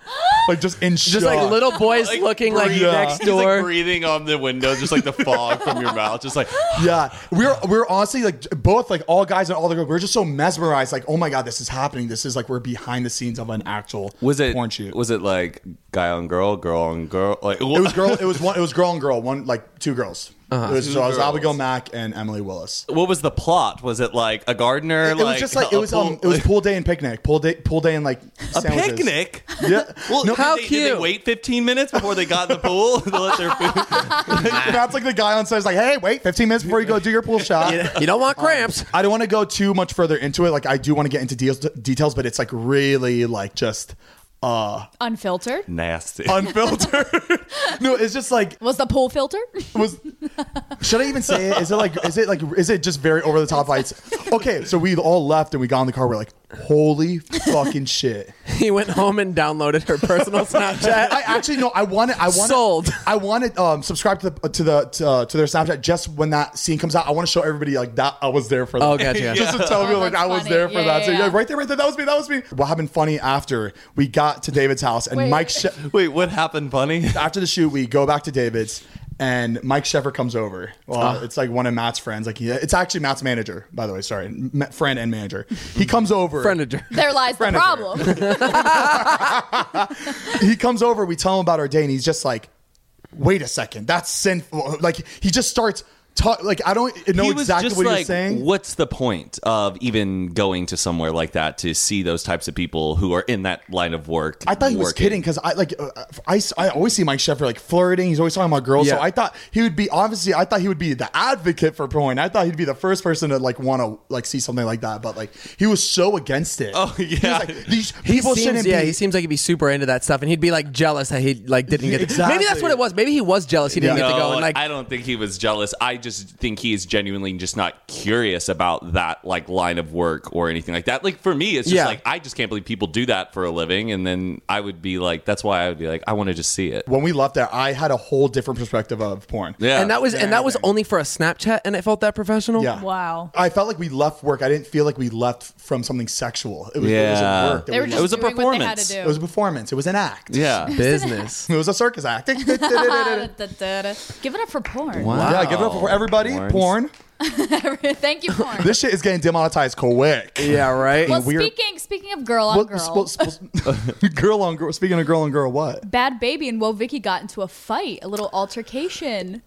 Speaker 1: like just in
Speaker 3: Just like
Speaker 1: shock.
Speaker 3: little boys looking like
Speaker 4: breathing-
Speaker 3: next
Speaker 4: he's, like,
Speaker 3: door.
Speaker 4: breathing on the window, just like the fog from your mouth, just like
Speaker 1: Yeah, we were we were honestly like both like all guys and all the girls. We are just so mesmerized, like oh my god, this is happening. This is like we're behind the scenes of an actual
Speaker 4: was it
Speaker 1: porn shoot.
Speaker 4: was it like guy on girl, girl on girl, like
Speaker 1: it was girl. It was one. It was girl and girl. One like two girls. It was,
Speaker 4: Two
Speaker 1: so it was
Speaker 4: girls.
Speaker 1: Abigail Mack and Emily Willis.
Speaker 4: what was the plot? Was it like a gardener?
Speaker 1: It was just like it was um it was pool day and picnic. Pool day pool day and like
Speaker 4: a
Speaker 1: sandwiches.
Speaker 4: picnic.
Speaker 1: Yeah,
Speaker 4: Well,
Speaker 1: no,
Speaker 4: did
Speaker 3: how
Speaker 4: they- did
Speaker 3: cute.
Speaker 4: they wait 15 minutes before they got in the pool to let their food?
Speaker 1: that's like the guy on site's like, hey, wait, fifteen minutes before you go do your pool shot.
Speaker 3: You don't
Speaker 1: Um,
Speaker 3: want cramps.
Speaker 1: I don't want to go too much further into it. Like I do want to get into deals, details, but it's like really like just uh
Speaker 2: Unfiltered?
Speaker 4: Nasty.
Speaker 1: unfiltered. no, it's just like
Speaker 2: Was the pool filtered?
Speaker 1: was should I even say it? Is it like is it like is it just very over the top lights? Okay, so we all left and we got in the car. We're like, holy fucking shit!
Speaker 3: He went home and downloaded her personal Snapchat.
Speaker 1: Uh, I actually no, I wanted, I wanted,
Speaker 3: Sold.
Speaker 1: I wanted um subscribe to the to the to, uh, to their Snapchat just when that scene comes out. I want to show everybody like that I was there for.
Speaker 3: Oh,
Speaker 1: that.
Speaker 3: gotcha.
Speaker 1: just to tell
Speaker 2: Oh,
Speaker 1: people like
Speaker 2: that's
Speaker 1: I was
Speaker 2: funny.
Speaker 1: there for
Speaker 2: Yeah,
Speaker 1: that.
Speaker 2: yeah,
Speaker 1: so
Speaker 2: yeah.
Speaker 1: yeah, right there, right there. That was me. That was me. What happened? Funny after we got to David's house and
Speaker 2: Wait.
Speaker 1: Mike. Sh-
Speaker 4: Wait, what happened, funny?
Speaker 1: after the shoot, we go back to David's, and Mike Sheffer comes over. Well,
Speaker 3: Ah.
Speaker 1: it's like one of Matt's friends. Like, he, it's actually Matt's manager, by the way. Sorry, Ma- friend and manager. He comes over.
Speaker 3: Friendager.
Speaker 2: There lies the
Speaker 1: Friend of her.
Speaker 2: problem.
Speaker 1: He comes over. We tell him about our day, and he's just like, "Wait a second, that's sinful." Like, he just starts. Ta- like I don't know
Speaker 4: He was
Speaker 1: exactly
Speaker 4: just
Speaker 1: what he
Speaker 4: like,
Speaker 1: was saying.
Speaker 4: What's the point of even going to somewhere like that to see those types of people who are in that line of work?
Speaker 1: I thought he was
Speaker 4: working?
Speaker 1: kidding because I like uh, I, s- I always see Mike Sheffer like flirting. He's always talking about girls,
Speaker 3: Yeah.
Speaker 1: so I thought he would be obviously. I thought he would be the advocate for porn. I thought he'd be the first person to like want to like see something like that, but like he was so against it.
Speaker 4: Oh,
Speaker 1: He was
Speaker 4: yeah.
Speaker 1: like, these
Speaker 3: He
Speaker 1: people
Speaker 3: seems,
Speaker 1: shouldn't
Speaker 3: yeah,
Speaker 1: be.
Speaker 3: he seems like he'd be super into that stuff, and he'd be like jealous that he like didn't get. The,
Speaker 1: Exactly.
Speaker 3: maybe that's what it was. Maybe he was jealous he didn't
Speaker 1: Yeah.
Speaker 3: get to go.
Speaker 4: No,
Speaker 3: And like,
Speaker 4: I don't think he was jealous. I just think he is genuinely just not curious about that like line of work or anything like that. Like for me, it's just
Speaker 3: Yeah.
Speaker 4: like I just can't believe people do that for a living. And then I would be like, that's why I would be like, I want to just see it.
Speaker 1: when we left there, I had a whole different perspective of porn.
Speaker 4: Yeah,
Speaker 3: and that was and that was
Speaker 1: Anything.
Speaker 3: only for a Snapchat, and it felt that professional.
Speaker 1: Yeah.
Speaker 2: Oh, Wow.
Speaker 1: I felt like we left work. I didn't feel like we left from something sexual. It was, it was
Speaker 4: Yeah.
Speaker 1: a work. that we
Speaker 2: They were
Speaker 1: left.
Speaker 2: just
Speaker 4: It was a
Speaker 2: doing what they had
Speaker 4: performance.
Speaker 2: to do.
Speaker 1: it was a performance. It was an act.
Speaker 4: yeah.
Speaker 3: business.
Speaker 1: It was a circus act.
Speaker 2: Da-da-da-da. Give it up for porn.
Speaker 1: Yeah, give it up for everybody.
Speaker 4: Porns.
Speaker 1: Porn.
Speaker 2: Thank you, porn.
Speaker 1: This shit is getting demonetized quick.
Speaker 3: yeah, right.
Speaker 2: well,
Speaker 1: weird-
Speaker 2: speaking speaking of girl on
Speaker 1: What-
Speaker 2: girl,
Speaker 1: sp- sp- girl on girl. Speaking of girl on girl, what?
Speaker 2: Bad Baby and Wo Vicky got into a fight, a little altercation.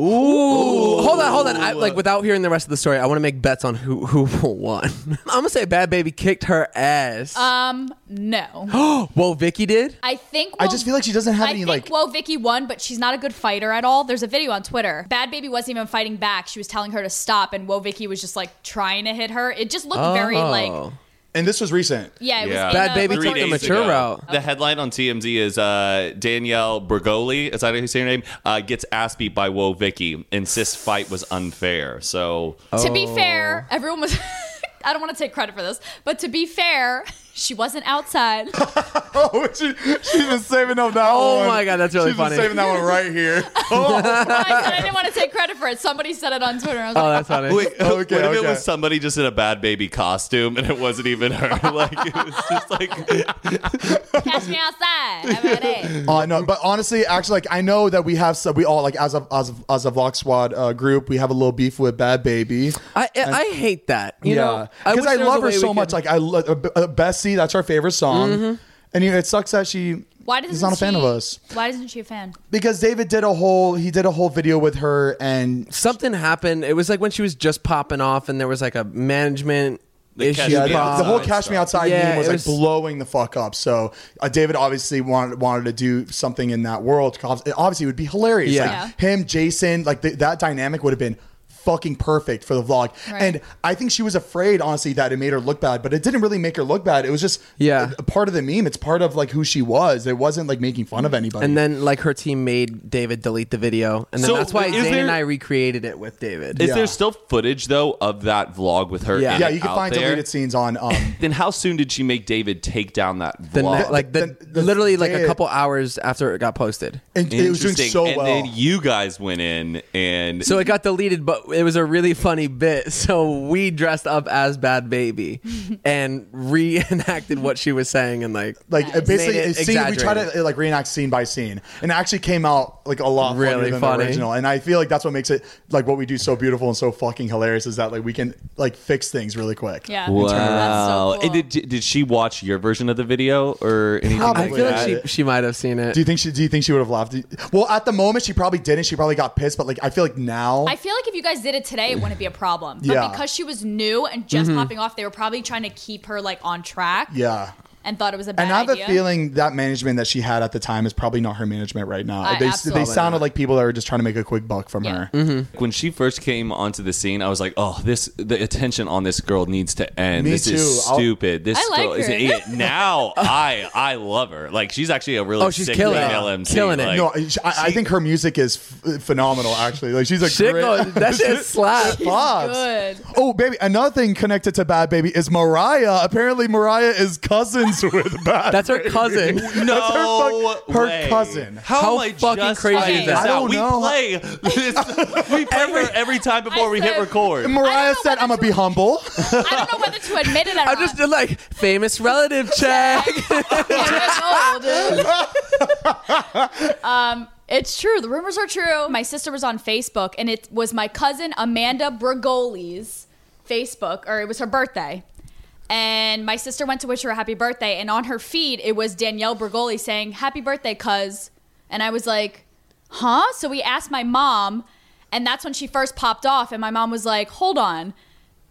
Speaker 3: Ooh, hold on, hold on. I, like without hearing the rest of the story, I want to make bets on who who won. I'm gonna say Bad Baby kicked her ass.
Speaker 2: Um, no,
Speaker 3: well, Vicky did.
Speaker 2: I think
Speaker 1: I
Speaker 2: Wo-
Speaker 1: just feel like she doesn't have
Speaker 2: I
Speaker 1: any
Speaker 2: think
Speaker 1: like.
Speaker 2: Wo Vicky won, but she's not a good fighter at all. There's a video on Twitter. Bad Baby wasn't even fighting back. She was telling her to stop, and Wo Vicky was just like trying to hit her. It just looked very like
Speaker 1: and this was recent.
Speaker 2: yeah, it was in
Speaker 3: Oh. Bad
Speaker 2: a
Speaker 3: Baby
Speaker 4: Three
Speaker 3: took the
Speaker 4: days
Speaker 2: retarded-
Speaker 3: mature
Speaker 4: ago,
Speaker 3: route.
Speaker 4: The headline on TMZ is uh, Danielle Bergoli, is that how you say her name? Uh, gets ass beat by Woe Vicky. Insists fight was unfair. So
Speaker 2: To
Speaker 3: Oh.
Speaker 2: be fair, everyone was. I don't want to take credit for this, but to be fair, she wasn't outside.
Speaker 1: Oh, she, she's been saving up that
Speaker 3: Oh
Speaker 1: one.
Speaker 3: my God, that's really
Speaker 1: she's
Speaker 3: funny.
Speaker 1: Been saving that one right here.
Speaker 2: I, said I didn't want to take credit for it. Somebody said it on Twitter. And I was like,
Speaker 3: Oh, that's funny.
Speaker 4: Wait, what if
Speaker 1: Okay,
Speaker 4: it
Speaker 1: okay.
Speaker 4: was somebody just in a bad baby costume and it wasn't even her? Like it was just like
Speaker 2: catch me outside. Have a good day.
Speaker 1: Uh, no, but honestly, actually, like I know that we have some, we all like as a as a, as a Vlog Squad uh, group, we have a little beef with Bad Baby.
Speaker 3: I, I I hate that. You
Speaker 1: yeah,
Speaker 3: know,
Speaker 1: because
Speaker 3: wish
Speaker 1: I,
Speaker 3: there was
Speaker 1: love
Speaker 3: a
Speaker 1: her
Speaker 3: way
Speaker 1: so much.
Speaker 3: we could- Mm-hmm.
Speaker 1: Like I love uh, Bessie. That's our favorite song. And you know, it sucks that she
Speaker 2: Why
Speaker 1: is
Speaker 2: doesn't
Speaker 1: not a
Speaker 2: she,
Speaker 1: fan of us
Speaker 2: Why isn't she a fan?
Speaker 1: because David did a whole he did a whole video with her and
Speaker 3: something happened. It was like when she was just popping off, and there was like a management
Speaker 4: The
Speaker 3: issue.
Speaker 4: catch-
Speaker 1: Yeah,
Speaker 4: me
Speaker 1: the- the,
Speaker 4: outside
Speaker 1: whole "Cash Me
Speaker 4: stuff.
Speaker 1: Outside"
Speaker 3: Yeah,
Speaker 1: meme was
Speaker 3: it
Speaker 1: like
Speaker 3: was-
Speaker 1: blowing the fuck up. So uh, David obviously wanted wanted to do something in that world. It obviously would be hilarious.
Speaker 3: Yeah.
Speaker 1: Like, him, Jason, like th- that dynamic would have been fucking perfect for the vlog.
Speaker 2: Right.
Speaker 1: And I think she was afraid, honestly, that it made her look bad, but it didn't really make her look bad. It was just
Speaker 3: Yeah.
Speaker 1: a- a part of the meme. It's part of like who she was. It wasn't like making fun of anybody.
Speaker 3: And then like her team made David delete the video, and then
Speaker 4: So,
Speaker 3: that's why
Speaker 4: is
Speaker 3: Zayn
Speaker 4: there-
Speaker 3: and I recreated it with David.
Speaker 4: Is
Speaker 1: Yeah.
Speaker 4: there still footage though of that vlog with her?
Speaker 3: Yeah.
Speaker 4: in
Speaker 1: yeah,
Speaker 4: it
Speaker 1: you can
Speaker 4: out
Speaker 1: find
Speaker 4: there?
Speaker 1: deleted scenes on um,
Speaker 4: Then how soon did she make David take down that
Speaker 3: the
Speaker 4: vlog?
Speaker 3: ne- like the,
Speaker 1: the- the
Speaker 3: literally like a
Speaker 1: day-
Speaker 3: couple hours after it got posted.
Speaker 1: and it was doing
Speaker 4: Interesting.
Speaker 1: so
Speaker 4: and
Speaker 1: well.
Speaker 4: then you guys went in and
Speaker 3: So it got deleted, but it was a really funny bit. So we dressed up as Bad Baby and reenacted what she was saying and like
Speaker 1: like
Speaker 2: Nice.
Speaker 1: basically
Speaker 3: Made it
Speaker 1: a scene we try
Speaker 3: exaggerated.
Speaker 1: to uh, like reenact scene by scene and it actually came out like a lot funnier
Speaker 3: Really
Speaker 1: than
Speaker 3: funny.
Speaker 1: the original and i feel like that's what makes it like what we do so beautiful and so fucking hilarious is that like we can like fix things really quick
Speaker 2: Yeah.
Speaker 4: wow.
Speaker 2: That's so cool.
Speaker 4: And did did she watch your version of the video or anything?
Speaker 1: Probably.
Speaker 3: I feel
Speaker 1: Yeah.
Speaker 3: like she, she might have seen it.
Speaker 1: do you think she do you think she would have laughed well at the moment she probably didn't she probably got pissed but like i feel like now
Speaker 2: I feel like if you guys did it today, it wouldn't be a problem. But
Speaker 1: Yeah. Mm-hmm.
Speaker 2: because she was new and just popping off, they were probably trying to keep her like on track.
Speaker 1: yeah
Speaker 2: And thought it was a bad
Speaker 1: and I have
Speaker 2: idea.
Speaker 1: a feeling that management that she had at the time is probably not her management right now.
Speaker 2: I-
Speaker 1: they
Speaker 2: absolutely
Speaker 1: they sounded
Speaker 3: not.
Speaker 1: like people that were just trying to make a quick buck from
Speaker 2: Yeah.
Speaker 1: her.
Speaker 3: Mm-hmm.
Speaker 4: When she first came onto the scene, I was like, "Oh, this the attention on this girl needs to end.
Speaker 1: Me
Speaker 4: this is
Speaker 1: too. I'll-
Speaker 4: stupid. this
Speaker 2: I like
Speaker 4: girl is an
Speaker 2: her.
Speaker 4: idiot." Now I I love her. Like she's actually a really
Speaker 3: Oh, she's
Speaker 4: sick
Speaker 3: killing it.
Speaker 4: LMC.
Speaker 3: Killing it.
Speaker 4: Like,
Speaker 1: No, I, I, I think her music is f- phenomenal. Actually, like she's a
Speaker 3: Shit
Speaker 1: great.
Speaker 3: goes- that shit slaps.
Speaker 1: Bobs.
Speaker 2: good.
Speaker 1: Oh, baby. Another thing connected to Bad Baby is Mariah. Apparently, Mariah is cousins with Bad.
Speaker 3: That's her cousin.
Speaker 4: No,
Speaker 1: That's her fuck- her
Speaker 4: way.
Speaker 1: cousin.
Speaker 4: How,
Speaker 3: How
Speaker 4: am I
Speaker 3: fucking
Speaker 4: just
Speaker 3: crazy
Speaker 4: finding
Speaker 2: is
Speaker 4: this
Speaker 2: that?
Speaker 1: I don't
Speaker 4: out? we
Speaker 1: know.
Speaker 4: play this. We play her every time before
Speaker 2: I
Speaker 4: we hit
Speaker 2: said-
Speaker 4: record.
Speaker 1: Mariah
Speaker 2: I don't know
Speaker 1: said,
Speaker 2: whether
Speaker 1: "I'm gonna
Speaker 2: to-
Speaker 1: be humble."
Speaker 2: I don't know whether to admit it or
Speaker 3: I
Speaker 2: not.
Speaker 3: just did like famous relative check.
Speaker 2: Damn it, old. um, it's true. The rumors are true. My sister was on Facebook, and it was my cousin Amanda Brigoli's Facebook, or it was her birthday. And my sister went to wish her a happy birthday, and on her feed, it was Danielle Brigoli saying, Happy birthday, cuz. And I was like, Huh? So we asked my mom, and that's when she first popped off, and my mom was like, Hold on.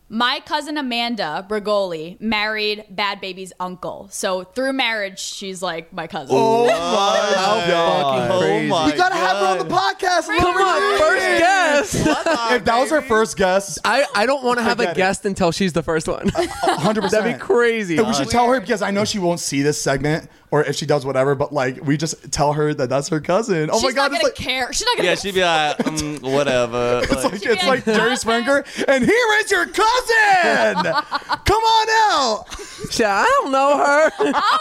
Speaker 2: My cousin Amanda Brigoli married Bad Baby's uncle. So through marriage, she's like Oh my cousin.
Speaker 1: Oh.
Speaker 3: How fucking crazy.
Speaker 1: we gotta have her on the podcast.
Speaker 2: Come
Speaker 1: Lily.
Speaker 2: on,
Speaker 3: First guest.
Speaker 1: If that was her first guess,
Speaker 3: I, I don't want to have a
Speaker 1: Forget it.
Speaker 3: guest until she's the first one.
Speaker 1: 100. percent
Speaker 3: That'd be crazy.
Speaker 1: we should tell her because I know she won't see this segment, or if she does, whatever. But like, we just tell her that that's her cousin. Oh my
Speaker 2: She's
Speaker 1: god,
Speaker 2: not
Speaker 1: it's
Speaker 2: gonna
Speaker 1: like
Speaker 2: care. She's not gonna.
Speaker 4: Yeah, she'd be like, mm, whatever. Like,
Speaker 1: It's
Speaker 2: She'd be
Speaker 1: like,
Speaker 2: like,
Speaker 1: Jerry
Speaker 2: "Okay."
Speaker 1: Springer, and here is your cousin. Come on out.
Speaker 3: She's like, I don't know her.
Speaker 1: I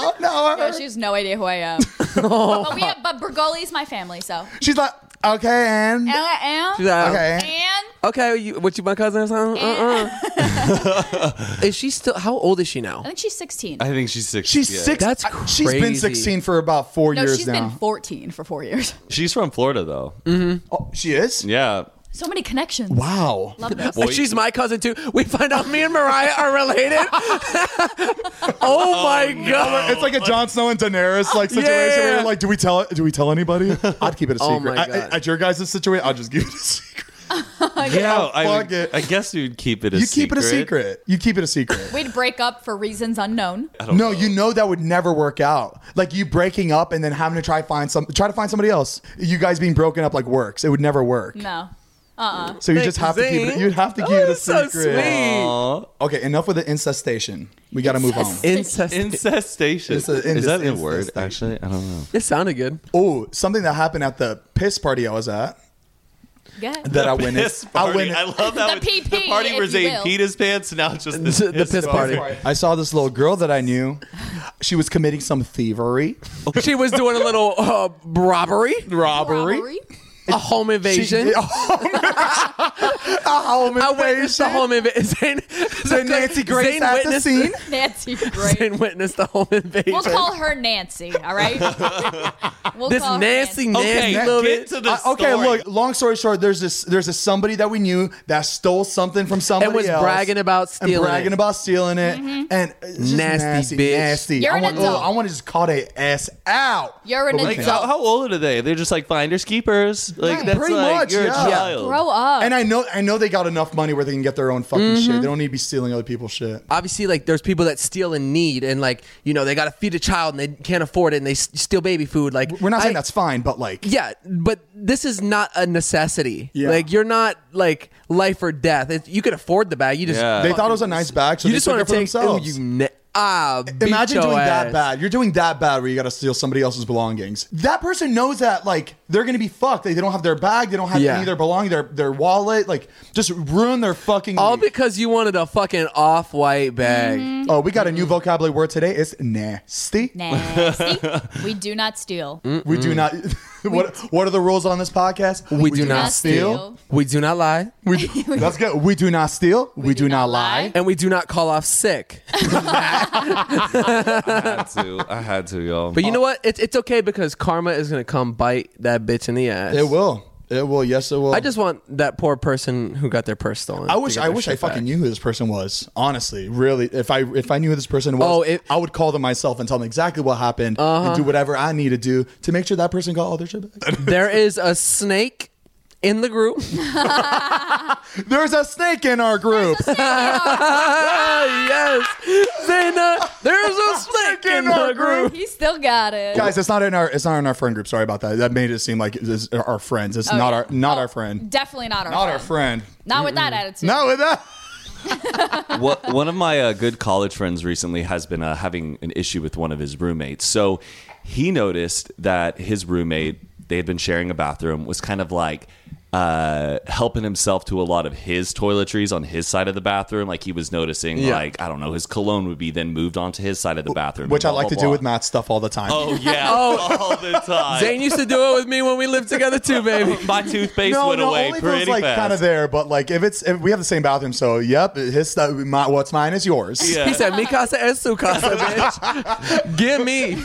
Speaker 1: don't know her.
Speaker 2: No, she has no idea who I am.
Speaker 1: Oh.
Speaker 2: but we have, but Bergoli's my family, so
Speaker 1: She's like, okay, and
Speaker 2: and I am.
Speaker 3: She's like,
Speaker 1: okay.
Speaker 2: and
Speaker 3: Okay, you, what you my cousin or something? Uh uh Is she still? How old is she now?
Speaker 2: I think she's 16.
Speaker 4: I think she's six.
Speaker 1: She's
Speaker 4: yeah.
Speaker 1: six.
Speaker 3: That's
Speaker 1: I- She's been
Speaker 3: crazy.
Speaker 1: sixteen for about four
Speaker 2: no,
Speaker 1: years
Speaker 2: she's
Speaker 1: now.
Speaker 2: been 14 for four years.
Speaker 4: She's from Florida though.
Speaker 1: oh, she is.
Speaker 4: Yeah.
Speaker 2: So many connections.
Speaker 1: Wow.
Speaker 2: Love this.
Speaker 4: Boy,
Speaker 3: She's my cousin too. We find out me and Mariah are related. oh my god!
Speaker 1: It's
Speaker 4: Oh,
Speaker 1: like a Jon Snow and Daenerys like situation where
Speaker 3: Yeah.
Speaker 1: you're like, do we tell do we tell anybody? I'd keep it a secret.
Speaker 3: Oh my
Speaker 1: I- I-
Speaker 3: God.
Speaker 1: at your guys' situation, I'll just keep it a secret.
Speaker 4: yeah, I,
Speaker 1: fuck
Speaker 4: would-
Speaker 1: it.
Speaker 4: I guess you'd keep it a
Speaker 1: You
Speaker 4: secret.
Speaker 1: keep it a secret. You keep it a secret.
Speaker 2: We'd break up for reasons unknown.
Speaker 4: I don't
Speaker 1: No, you know that would never work out. Like you breaking up and then having to try find some try to find somebody else. You guys being broken up like works. It would never work.
Speaker 2: No.
Speaker 1: So you
Speaker 3: Thank
Speaker 1: just have to keep it.
Speaker 3: Zane.
Speaker 1: You'd have to keep
Speaker 3: Oh,
Speaker 1: it a
Speaker 3: that's so
Speaker 1: secret.
Speaker 3: sweet.
Speaker 4: Aw.
Speaker 1: Okay, enough with the incestation. We got to move on.
Speaker 3: Incest.
Speaker 4: Incestation.
Speaker 1: It's a-
Speaker 4: is that a
Speaker 1: incest-
Speaker 4: word?
Speaker 1: incestation.
Speaker 4: Actually, I don't know.
Speaker 3: it sounded good.
Speaker 1: Oh, something that happened at the piss party I was at
Speaker 2: Yeah.
Speaker 1: that I went. in-
Speaker 4: Piss
Speaker 1: I
Speaker 4: party.
Speaker 1: went. in-
Speaker 4: I, love that.
Speaker 2: The
Speaker 4: one.
Speaker 2: PP,
Speaker 4: the party
Speaker 2: if
Speaker 4: where
Speaker 2: you
Speaker 4: Zayn
Speaker 2: will.
Speaker 4: peed his pants. Now it's just this
Speaker 3: The the piss party.
Speaker 1: I saw this little girl that I knew. She was committing some thievery,
Speaker 3: She was doing a little uh, robbery,
Speaker 2: Robbery?
Speaker 3: a home invasion.
Speaker 1: a home
Speaker 3: I witnessed the
Speaker 1: invasion.
Speaker 3: home invasion.
Speaker 1: So Nancy Grace at the scene.
Speaker 2: Nancy, great.
Speaker 3: Zane witnessed the home invasion.
Speaker 2: We'll call her Nancy, all right? We'll
Speaker 3: this
Speaker 2: call her
Speaker 3: nasty,
Speaker 4: Okay,
Speaker 3: nasty little
Speaker 4: get
Speaker 3: bit.
Speaker 4: to the
Speaker 1: Uh, okay,
Speaker 4: story.
Speaker 1: look. Long story short, there's this there's this somebody that we knew that stole something from somebody
Speaker 3: was
Speaker 1: else
Speaker 3: bragging about stealing
Speaker 1: and bragging
Speaker 3: it.
Speaker 1: about stealing it, and it's just
Speaker 3: Nasty
Speaker 1: nasty,
Speaker 3: bitch.
Speaker 1: nasty.
Speaker 2: Mm-hmm. You're
Speaker 1: I
Speaker 2: an
Speaker 1: want,
Speaker 2: adult.
Speaker 1: I want to just call their ass out.
Speaker 2: You're an
Speaker 1: But we
Speaker 4: Like
Speaker 1: can't.
Speaker 4: how, how old are they? They're just like finders keepers. Like
Speaker 1: Right.
Speaker 4: that's
Speaker 1: Pretty
Speaker 4: like
Speaker 1: much,
Speaker 4: you're
Speaker 1: yeah.
Speaker 4: a child.
Speaker 2: Grow up.
Speaker 1: And I know I know they got enough money where they can get their own fucking shit. They don't need to be stealing other people's shit.
Speaker 3: Obviously, like there's people that steal in need, and like you know they gotta feed a child and they can't afford it, and they s- steal baby food. Like
Speaker 1: We're not saying
Speaker 3: I-
Speaker 1: that's fine, but like,
Speaker 3: Yeah, but this is not a necessity.
Speaker 1: Yeah.
Speaker 3: Like you're not like life or death. It, you could afford the bag. You just
Speaker 4: Yeah.
Speaker 1: they thought it was a nice bag, so
Speaker 3: you
Speaker 1: they
Speaker 3: just
Speaker 1: took
Speaker 3: want
Speaker 1: it
Speaker 3: to
Speaker 1: for
Speaker 3: take. Oh,
Speaker 1: themselves.
Speaker 3: you ne- ah! beat
Speaker 1: Imagine
Speaker 3: your
Speaker 1: doing that
Speaker 3: ass.
Speaker 1: bad. You're doing that bad where you got to steal somebody else's belongings. That person knows that like they're gonna be fucked. Like, they don't have their bag. They don't have
Speaker 3: Yeah.
Speaker 1: any of their belongings. Their their wallet. Like just ruin their fucking.
Speaker 3: All
Speaker 1: week.
Speaker 3: because you wanted a fucking off-white bag.
Speaker 1: oh, we got a new vocabulary word today. It's nasty.
Speaker 2: Nasty. we do not steal.
Speaker 1: We do not. what What are the rules on this podcast?
Speaker 3: Mm. We, do, not,
Speaker 2: not
Speaker 3: steal.
Speaker 2: steal.
Speaker 3: We do not lie,
Speaker 1: We, that's good. We do not steal. We, do, not lie.
Speaker 3: and we do not call off sick.
Speaker 4: had to. I had to, y'all.
Speaker 3: But you know what? It's it's okay because karma is gonna come bite that bitch in the ass.
Speaker 1: It will. It will. Yes, it will.
Speaker 3: I just want that poor person who got their purse stolen.
Speaker 1: I
Speaker 3: to
Speaker 1: wish
Speaker 3: get
Speaker 1: I
Speaker 3: their
Speaker 1: wish I
Speaker 3: shit
Speaker 1: fucking
Speaker 3: back.
Speaker 1: knew who this person was. Honestly, really, if I if I knew who this person was,
Speaker 3: Oh, it-
Speaker 1: I would call them myself and tell them exactly what happened and do whatever I need to do to make sure that person got all their shit back.
Speaker 3: There is a snake in the group.
Speaker 1: There's a snake in our group.
Speaker 3: yes, Zayna, there's a snake in the group.
Speaker 2: he still got it.
Speaker 1: Guys, it's not in our it's not in our friend group. Sorry about that. That made it seem like it's our friends. It's not
Speaker 2: yeah.
Speaker 1: our not
Speaker 2: Oh,
Speaker 1: our friend.
Speaker 2: Definitely not our
Speaker 1: Not
Speaker 2: friend.
Speaker 1: our friend.
Speaker 2: Not with that attitude.
Speaker 1: Not with that.
Speaker 4: what, one of my uh, good college friends recently has been uh, having an issue with one of his roommates. So he noticed that his roommate, they had been sharing a bathroom, was kind of like uh, helping himself to a lot of his toiletries on his side of the bathroom. Like he was noticing,
Speaker 3: Yeah.
Speaker 4: like, I don't know, his cologne would be then moved onto his side of the bathroom.
Speaker 1: Which I
Speaker 4: and blah,
Speaker 1: like to
Speaker 4: blah,
Speaker 1: do
Speaker 4: blah.
Speaker 1: with Matt's stuff all the time.
Speaker 4: Oh, yeah. All the time.
Speaker 3: Zane used to do it with me when we lived together too, baby.
Speaker 4: my toothpaste went away
Speaker 1: if
Speaker 4: pretty
Speaker 1: it's like
Speaker 4: fast.
Speaker 1: kind of there, but like if it's if we have the same bathroom, so yep, his stuff, my, what's mine is yours.
Speaker 4: Yeah.
Speaker 3: He said, "Mi casa es su casa, bitch. Give me."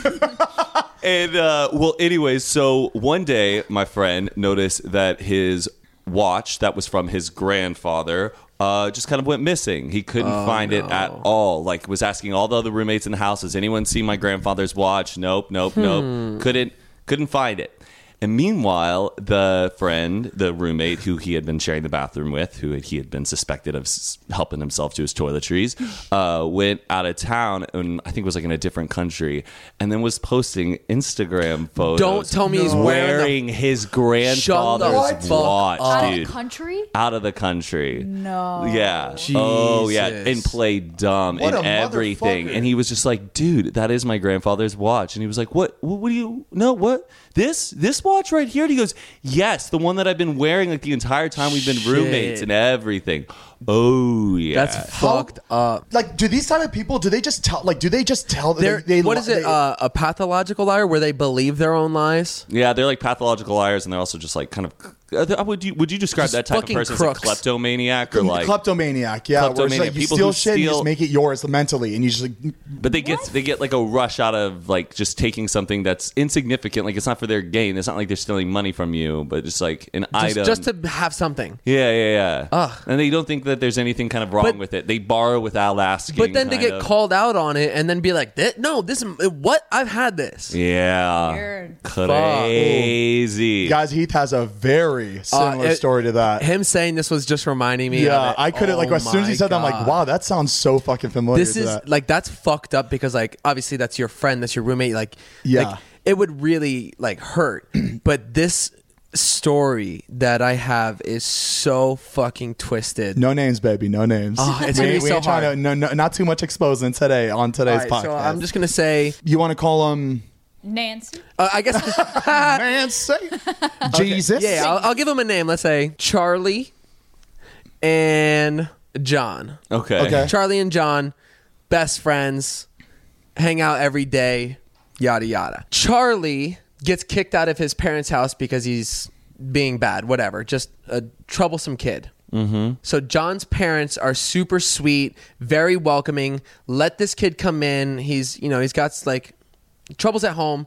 Speaker 4: And uh, well, anyways, so one day my friend noticed that his watch that was from his grandfather. Uh, just kind of went missing. He couldn't find it at all. Like was asking all the other roommates in the house, "Has anyone seen my grandfather's watch?" Nope, nope, nope. Couldn't couldn't find it. And meanwhile, the friend, the roommate who he had been sharing the bathroom with, who he had been suspected of s- helping himself to his toiletries, uh, went out of town and I think was like in a different country, and then was posting Instagram photos.
Speaker 3: Don't tell me he's wearing the-
Speaker 4: wearing his
Speaker 3: Shut
Speaker 4: grandfather's
Speaker 3: the fuck
Speaker 4: watch,
Speaker 3: up.
Speaker 2: Out of
Speaker 4: dude.
Speaker 2: the country?
Speaker 4: Out of the country.
Speaker 2: No.
Speaker 4: Yeah. Oh yeah.
Speaker 3: Jesus.
Speaker 4: And played dumb
Speaker 1: What
Speaker 4: and
Speaker 1: a
Speaker 4: everything.
Speaker 1: motherfucker.
Speaker 4: And he was just like, dude, that is my grandfather's watch. And he was like, What what, what do you no, what? This this watch right here? And he goes, Yes, the one that I've been wearing like the entire time we've been
Speaker 3: Shit.
Speaker 4: roommates and everything. Oh yeah.
Speaker 3: That's fucked up.
Speaker 1: Like, do these type of people? Do they just tell? Like, do they just tell? that
Speaker 3: They're,
Speaker 1: they,
Speaker 3: what is it?
Speaker 1: they-
Speaker 3: uh, a pathological liar where they believe their own lies?
Speaker 4: yeah, they're like pathological liars, and they're also just like kind of. uh, Would you would you describe
Speaker 3: Just
Speaker 4: that type of
Speaker 3: fucking
Speaker 4: person
Speaker 3: crooks.
Speaker 4: as a kleptomaniac or like?
Speaker 1: kleptomaniac, yeah. Where it's
Speaker 4: Kleptomania,
Speaker 1: like you
Speaker 4: people
Speaker 1: steal
Speaker 4: who
Speaker 1: shit, and you just
Speaker 4: steal-
Speaker 1: make it yours mentally, and you just like
Speaker 4: But they get they get like a rush out of like just taking something that's insignificant. Like it's not for their gain. It's not like they're stealing money from you, but it's like an
Speaker 3: Just,
Speaker 4: item.
Speaker 3: just to have something.
Speaker 4: yeah, yeah, yeah.
Speaker 3: Ugh.
Speaker 4: And they don't think that there's anything kind of wrong
Speaker 3: But-
Speaker 4: with it. They borrow without asking.
Speaker 3: But then to
Speaker 4: kind
Speaker 3: get
Speaker 4: of.
Speaker 3: called out on it and then be like, "Th- "No, this is what I've had this."
Speaker 4: Yeah.
Speaker 2: Weird.
Speaker 4: Crazy.
Speaker 1: guys. Heath has a very similar
Speaker 3: Uh, it-
Speaker 1: story to that.
Speaker 3: Him saying this was just reminding me.
Speaker 1: yeah,
Speaker 3: of it.
Speaker 1: I couldn't. like
Speaker 3: Oh
Speaker 1: as soon as he
Speaker 3: my
Speaker 1: said that, I'm
Speaker 3: God.
Speaker 1: like, wow, that sounds so fucking familiar.
Speaker 3: this
Speaker 1: to
Speaker 3: is
Speaker 1: that.
Speaker 3: like that's fucked up because like obviously that's your friend that's your roommate like
Speaker 1: Yeah.
Speaker 3: like, it would really like hurt but this story that i have is so fucking twisted
Speaker 1: no names, baby, no names.
Speaker 3: Ah, it's gonna be so
Speaker 1: ain't trying
Speaker 3: hard.
Speaker 1: To, no, no, not too much exposing today on
Speaker 3: All
Speaker 1: today's
Speaker 3: right,
Speaker 1: podcast.
Speaker 3: so i'm just gonna say
Speaker 1: you want to call him
Speaker 2: Nancy.
Speaker 3: uh, i guess yeah
Speaker 1: man? Say Jesus.
Speaker 3: I'll, I'll give him a name let's say charlie and john
Speaker 4: Okay.
Speaker 1: Okay.
Speaker 3: charlie and john best friends hang out every day yada yada charlie gets kicked out of his parents house because he's being bad whatever just a troublesome kid mm-hmm. so john's parents are super sweet very welcoming let this kid come in he's you know he's got like troubles at home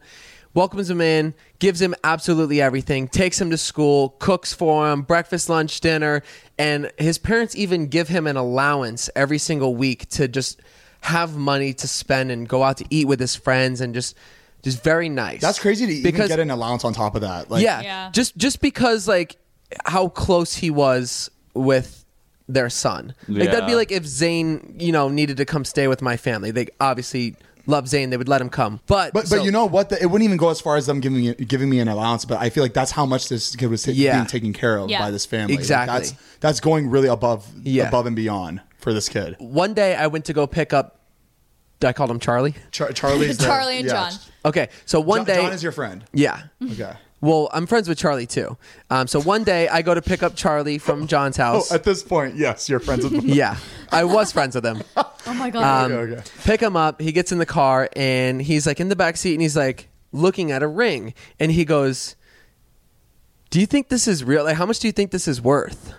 Speaker 3: welcomes him in gives him absolutely everything takes him to school cooks for him breakfast lunch dinner and his parents even give him an allowance every single week to just have money to spend and go out to eat with his friends and just just very nice
Speaker 1: That's crazy to even
Speaker 3: because
Speaker 1: get an allowance on top of that. Like,
Speaker 3: yeah,
Speaker 2: Yeah.
Speaker 3: just just because like how close he was with their son. Like that'd be
Speaker 4: Yeah.
Speaker 3: like if Zayn, you know, needed to come stay with my family. They obviously love Zayn, they would let him come. But
Speaker 1: But,
Speaker 3: so-
Speaker 1: but you know what? The, it wouldn't even go as far as them giving you, giving me an allowance. But I feel like that's how much this kid was ta-
Speaker 3: Yeah.
Speaker 1: being taken care of
Speaker 2: Yeah.
Speaker 1: by this family. Like,
Speaker 3: Exactly.
Speaker 1: that's that's going really above
Speaker 3: Yeah.
Speaker 1: above and beyond for this kid.
Speaker 3: one day I went to go pick up I called him Charlie.
Speaker 1: Char- Charlie's there.
Speaker 2: Charlie and John.
Speaker 3: Okay. So one
Speaker 1: John,
Speaker 3: day
Speaker 1: John is your friend.
Speaker 3: Yeah.
Speaker 1: Okay.
Speaker 3: Well, I'm friends with Charlie too. Um, so one day I go to pick up Charlie from John's
Speaker 1: Oh,
Speaker 3: house.
Speaker 1: at this point, yes, you're friends with. him.
Speaker 3: yeah. I was friends with him.
Speaker 2: Oh my god.
Speaker 3: Um,
Speaker 1: Okay, okay.
Speaker 3: Pick him up. He gets in the car and he's like in the back seat and he's like looking at a ring and he goes, "Do you think this is real? Like, how much do you think this is worth?"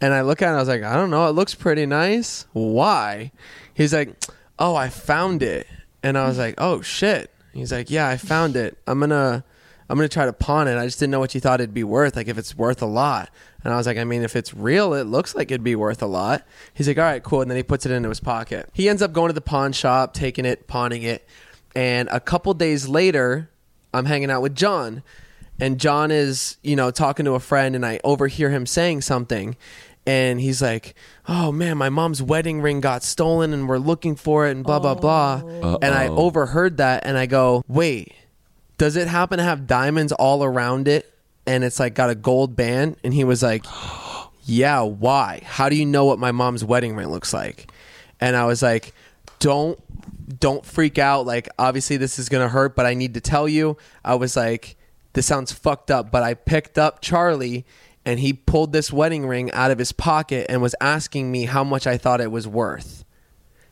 Speaker 3: And I look at it and I was like, "I don't know. It looks pretty nice. Why?" He's like, "Oh, I found it." And I was like, "Oh shit." He's like, "Yeah, I found it. I'm gonna." I'm gonna try to pawn it. I just didn't know what you thought it'd be worth, like if it's worth a lot. And I was like, I mean, if it's real, it looks like it'd be worth a lot. He's like, all right, cool. And then he puts it into his pocket. He ends up going to the pawn shop, taking it, pawning it. And a couple days later, I'm hanging out with John. And John is, you know, talking to a friend, and I overhear him saying something. And he's like, oh man, my mom's wedding ring got stolen, and we're looking for it, and blah, blah, blah. And I overheard that, and I go, wait. Does it happen to have diamonds all around it and it's like got a gold band? And he was like, Yeah, why? How do you know what my mom's wedding ring looks like? And I was like, Don't don't freak out. Like obviously this is gonna hurt, but I need to tell you. I was like, This sounds fucked up, but I picked up Charlie and he pulled this wedding ring out of his pocket and was asking me how much I thought it was worth.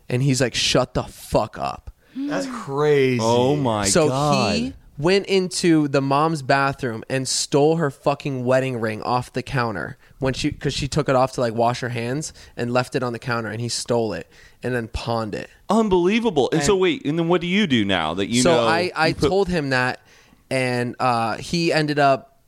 Speaker 3: And he's like, Shut the fuck up
Speaker 1: That's crazy.
Speaker 4: Oh my
Speaker 3: so
Speaker 4: god.
Speaker 3: he went into the mom's bathroom and stole her fucking wedding ring off the counter when she because she took it off to like wash her hands and left it on the counter and he stole it and then pawned it
Speaker 4: Unbelievable. And, so wait, and then what do you do now that you
Speaker 3: so
Speaker 4: know?
Speaker 3: I, I
Speaker 4: you put-
Speaker 3: told him that, and uh, he ended up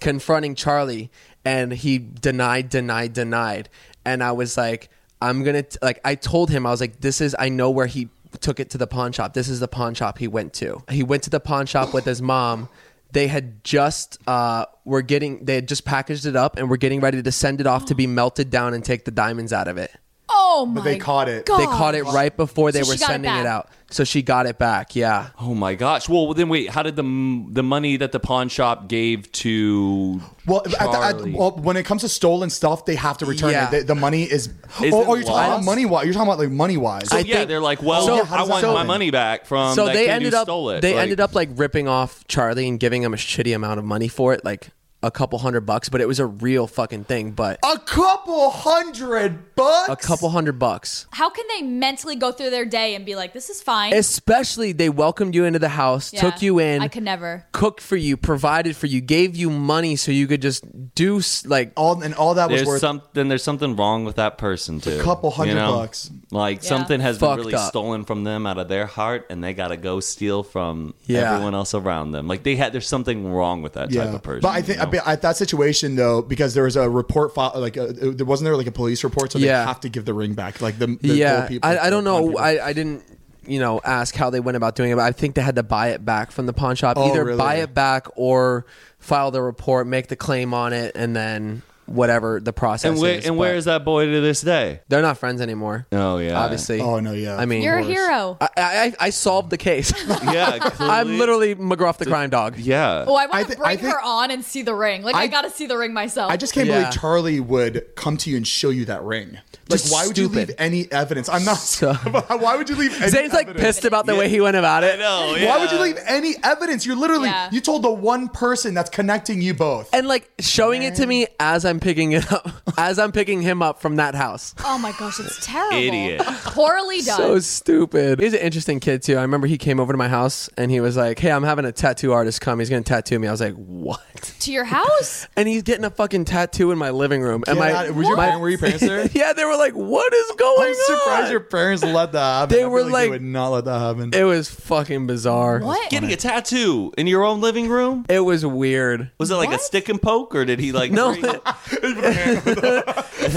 Speaker 3: confronting Charlie, and he denied, denied, denied. And I was like, I'm gonna t-, like I told him I was like, this is I know where he took it to the pawn shop. This is the pawn shop he went to. He went to the pawn shop with his mom. They had just uh, were getting they had just packaged it up and were getting ready to send it off to be melted down and take the diamonds out of it.
Speaker 2: oh my.
Speaker 1: they caught it.
Speaker 2: God.
Speaker 3: They caught it right before they
Speaker 2: So
Speaker 3: were
Speaker 2: she got it
Speaker 3: sending it
Speaker 2: back.
Speaker 3: out. So she got it back. Yeah.
Speaker 4: Oh my gosh. Well, then wait. How did the m- the money that the pawn shop gave to
Speaker 1: Well, at the, at,
Speaker 4: Charlie?
Speaker 1: well, when it comes to stolen stuff, they have to return
Speaker 3: Yeah.
Speaker 1: it. The, the money is.
Speaker 4: Is
Speaker 1: oh,
Speaker 4: it
Speaker 1: oh, you're talking about
Speaker 4: lost?
Speaker 1: money wise. You're talking about like money wise.
Speaker 4: So,
Speaker 3: I
Speaker 4: yeah,
Speaker 3: think-
Speaker 4: they're like, well,
Speaker 1: So-
Speaker 4: I want
Speaker 1: so-
Speaker 4: my money back from
Speaker 3: so
Speaker 4: Um, that
Speaker 3: they
Speaker 4: kid
Speaker 3: ended
Speaker 4: who
Speaker 3: up
Speaker 4: stole it.
Speaker 3: they
Speaker 4: Like,
Speaker 3: ended up like ripping off Charlie and giving him a shitty amount of money for it, like a couple hundred bucks, but it was a real fucking thing. But
Speaker 1: a couple hundred bucks.
Speaker 3: a couple hundred bucks.
Speaker 2: How can they mentally go through their day and be like, "This is fine"?
Speaker 3: Especially they welcomed you into the house,
Speaker 2: Yeah.
Speaker 3: took you in,
Speaker 2: I could never.
Speaker 3: cooked for you, provided for you, gave you money so you could just do s- like
Speaker 1: All and all that was
Speaker 4: There's
Speaker 1: worth.
Speaker 4: something. There's something wrong with that person too. A
Speaker 1: couple hundred bucks.
Speaker 4: Like something has
Speaker 3: Fucked
Speaker 4: been really
Speaker 3: up.
Speaker 4: stolen from them out of their heart, and they gotta go steal from
Speaker 3: Yeah.
Speaker 4: everyone else around them. Like they had. There's something wrong with that type of person.
Speaker 1: But I
Speaker 4: you
Speaker 1: think
Speaker 4: know?
Speaker 1: at that situation though, because there was a report file, like uh there wasn't there like a police report, so they
Speaker 3: Yeah.
Speaker 1: have to give the ring back. Like the, the
Speaker 3: yeah,
Speaker 1: poor people.
Speaker 3: I, I don't
Speaker 1: the poor
Speaker 3: know.
Speaker 1: people.
Speaker 3: I, I didn't, you know, ask how they went about doing it, but I think they had to buy it back from the pawn shop.
Speaker 1: Oh,
Speaker 3: Either
Speaker 1: really?
Speaker 3: buy it back or file the report, make the claim on it, and then whatever the process
Speaker 4: and where
Speaker 3: is.
Speaker 4: and
Speaker 3: but
Speaker 4: where is that boy to this day?
Speaker 3: They're not friends anymore.
Speaker 4: Oh yeah.
Speaker 3: Obviously.
Speaker 1: Oh, no, yeah.
Speaker 3: I mean,
Speaker 2: You're a
Speaker 1: course.
Speaker 2: hero.
Speaker 3: I, I, I solved the case.
Speaker 4: Yeah.
Speaker 3: I'm
Speaker 4: clearly-
Speaker 3: literally McGruff the crime dog.
Speaker 4: Yeah.
Speaker 2: oh, I want
Speaker 1: I
Speaker 2: to
Speaker 1: thi-
Speaker 2: bring
Speaker 1: I think-
Speaker 2: her on and see the ring. Like I,
Speaker 1: I-
Speaker 2: gotta see the ring myself.
Speaker 1: I just can't
Speaker 3: Yeah.
Speaker 1: believe Charlie would come to you and show you that ring. Like,
Speaker 3: Just
Speaker 1: why would you
Speaker 3: stupid.
Speaker 1: leave any evidence? I'm not.
Speaker 3: So-
Speaker 1: why would you leave? Any
Speaker 3: Zane's like
Speaker 1: evidence?
Speaker 3: pissed about the way he went about it.
Speaker 4: No.
Speaker 1: Why would you leave any evidence? You're literally
Speaker 2: Yeah.
Speaker 1: you told the one person that's connecting you both.
Speaker 3: And like showing it to me as I'm picking it up, as I'm picking him up from that house.
Speaker 2: oh my gosh, it's terrible.
Speaker 4: Idiot.
Speaker 2: Poorly done.
Speaker 3: So stupid. He's an interesting kid too. I remember he came over to my house and he was like, "Hey, I'm having a tattoo artist come. He's gonna tattoo me." I was like, "What?"
Speaker 2: to your house?
Speaker 3: And he's getting a fucking tattoo in my living room. And
Speaker 1: Get
Speaker 3: my,
Speaker 1: out- was your
Speaker 3: my-
Speaker 1: parent- were your parents there?
Speaker 3: yeah, they were like, "What is going
Speaker 1: I'm
Speaker 3: on?"
Speaker 1: surprised your parents let that happen.
Speaker 3: They
Speaker 1: I feel
Speaker 3: were like-
Speaker 1: they would not let that happen.
Speaker 3: it was fucking bizarre.
Speaker 2: What?
Speaker 4: Getting a tattoo in your own living room?
Speaker 3: It was weird.
Speaker 4: Was it like a
Speaker 2: What?
Speaker 4: stick and poke, or did he like
Speaker 3: No,
Speaker 4: bring-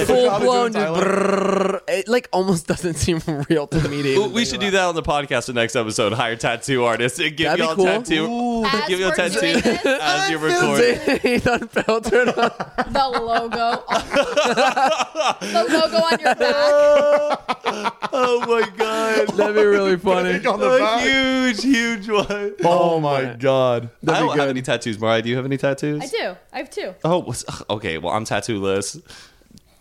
Speaker 3: full blown,
Speaker 1: Tyler.
Speaker 3: it like almost doesn't seem real to me. To even
Speaker 4: We
Speaker 3: think
Speaker 4: should
Speaker 3: about.
Speaker 4: do that on the podcast the next episode. Hire tattoo artists and give
Speaker 3: That'd be
Speaker 4: y'all
Speaker 3: cool.
Speaker 4: tattoo.
Speaker 2: As
Speaker 4: give y'all
Speaker 2: we're doing
Speaker 4: tattoo
Speaker 2: this-
Speaker 4: as you record.
Speaker 3: Ethan Felter.
Speaker 2: the logo, the logo on your back.
Speaker 4: Oh my god.
Speaker 3: That'd be really funny.
Speaker 1: on the
Speaker 4: A
Speaker 1: back.
Speaker 4: huge, huge one.
Speaker 1: Oh, my god.
Speaker 4: I don't have
Speaker 3: good.
Speaker 4: any tattoos, Mariah. Do you have any tattoos?
Speaker 2: I do. I have two.
Speaker 4: Oh, what's- okay. Well, I'm tattooless.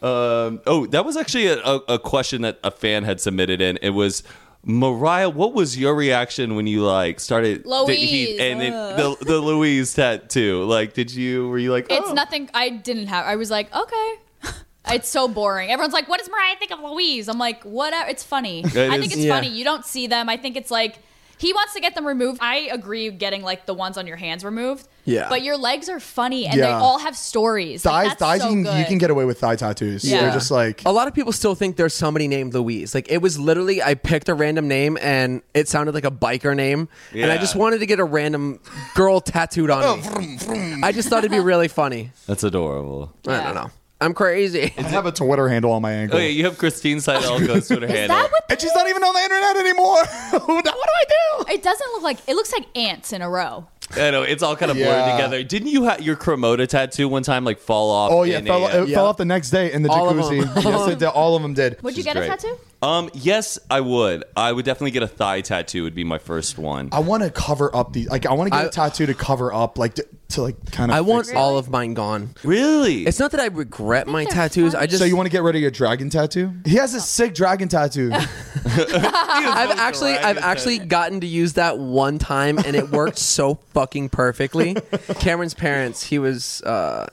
Speaker 4: Um, oh, that was actually a, a, a question that a fan had submitted in. It was Mariah. What was your reaction when you like started dating Heath
Speaker 2: Louise,
Speaker 4: and then
Speaker 2: uh.
Speaker 4: the the Louise tattoo? Like, did you were you like?
Speaker 2: It's
Speaker 4: oh.
Speaker 2: nothing. I didn't have. I was like, okay. It's so boring. Everyone's like, "What does Mariah think of Louise?" I'm like, "Whatever." It's funny. I think
Speaker 4: is-
Speaker 2: it's
Speaker 3: Yeah.
Speaker 2: funny. You don't see them. I think it's like he wants to get them removed. I agree, getting like the ones on your hands removed.
Speaker 3: Yeah.
Speaker 2: But your legs are funny, and they
Speaker 1: Yeah.
Speaker 2: all have stories.
Speaker 1: Thighs,
Speaker 2: Like, that's
Speaker 1: thighs
Speaker 2: so
Speaker 1: you, can, you
Speaker 2: good.
Speaker 1: can get away with thigh tattoos.
Speaker 2: Yeah.
Speaker 1: They're just like
Speaker 3: A lot of people still think there's somebody named Louise. Like it was literally, I picked a random name and it sounded like a biker name, and I
Speaker 4: Yeah.
Speaker 3: just wanted to get a random girl tattooed on me. I just thought it'd be really funny.
Speaker 4: That's adorable.
Speaker 3: I
Speaker 2: Yeah.
Speaker 3: don't know. I'm crazy.
Speaker 1: I have a Twitter handle on my ankle.
Speaker 4: Okay, Oh, you have Christine Seidel goes to her
Speaker 2: Is
Speaker 4: handle.
Speaker 2: that what?
Speaker 1: And she's not even on the internet anymore. what do I do?
Speaker 2: It doesn't look like. It looks like ants in a row.
Speaker 4: I know it's all kind of blurred
Speaker 1: Yeah.
Speaker 4: together. Didn't you have your Cremota tattoo one time like fall off?
Speaker 1: Oh yeah,
Speaker 4: in
Speaker 1: it fell,
Speaker 4: a, uh,
Speaker 1: it fell off the next day in the
Speaker 3: All of
Speaker 1: jacuzzi.
Speaker 3: them.
Speaker 1: yes, it did. All of them did.
Speaker 2: Would you
Speaker 4: is
Speaker 2: get
Speaker 4: great.
Speaker 2: a tattoo?
Speaker 4: um, yes, I would. I would definitely get a thigh tattoo. Would be my first one.
Speaker 1: I want to cover up these. Like I want to get
Speaker 3: I-
Speaker 1: a tattoo to cover up, like to, to like kind of.
Speaker 3: I want
Speaker 1: fix-
Speaker 3: all of mine gone.
Speaker 4: Really?
Speaker 3: It's not that I regret my
Speaker 2: they're
Speaker 3: tattoos. I
Speaker 2: funny.
Speaker 3: just
Speaker 1: So you want to get rid of your dragon tattoo? He has a sick dragon tattoo.
Speaker 3: I've actually I've actually gotten to use that one time and it worked so fucking perfectly. Cameron's parents, he was uh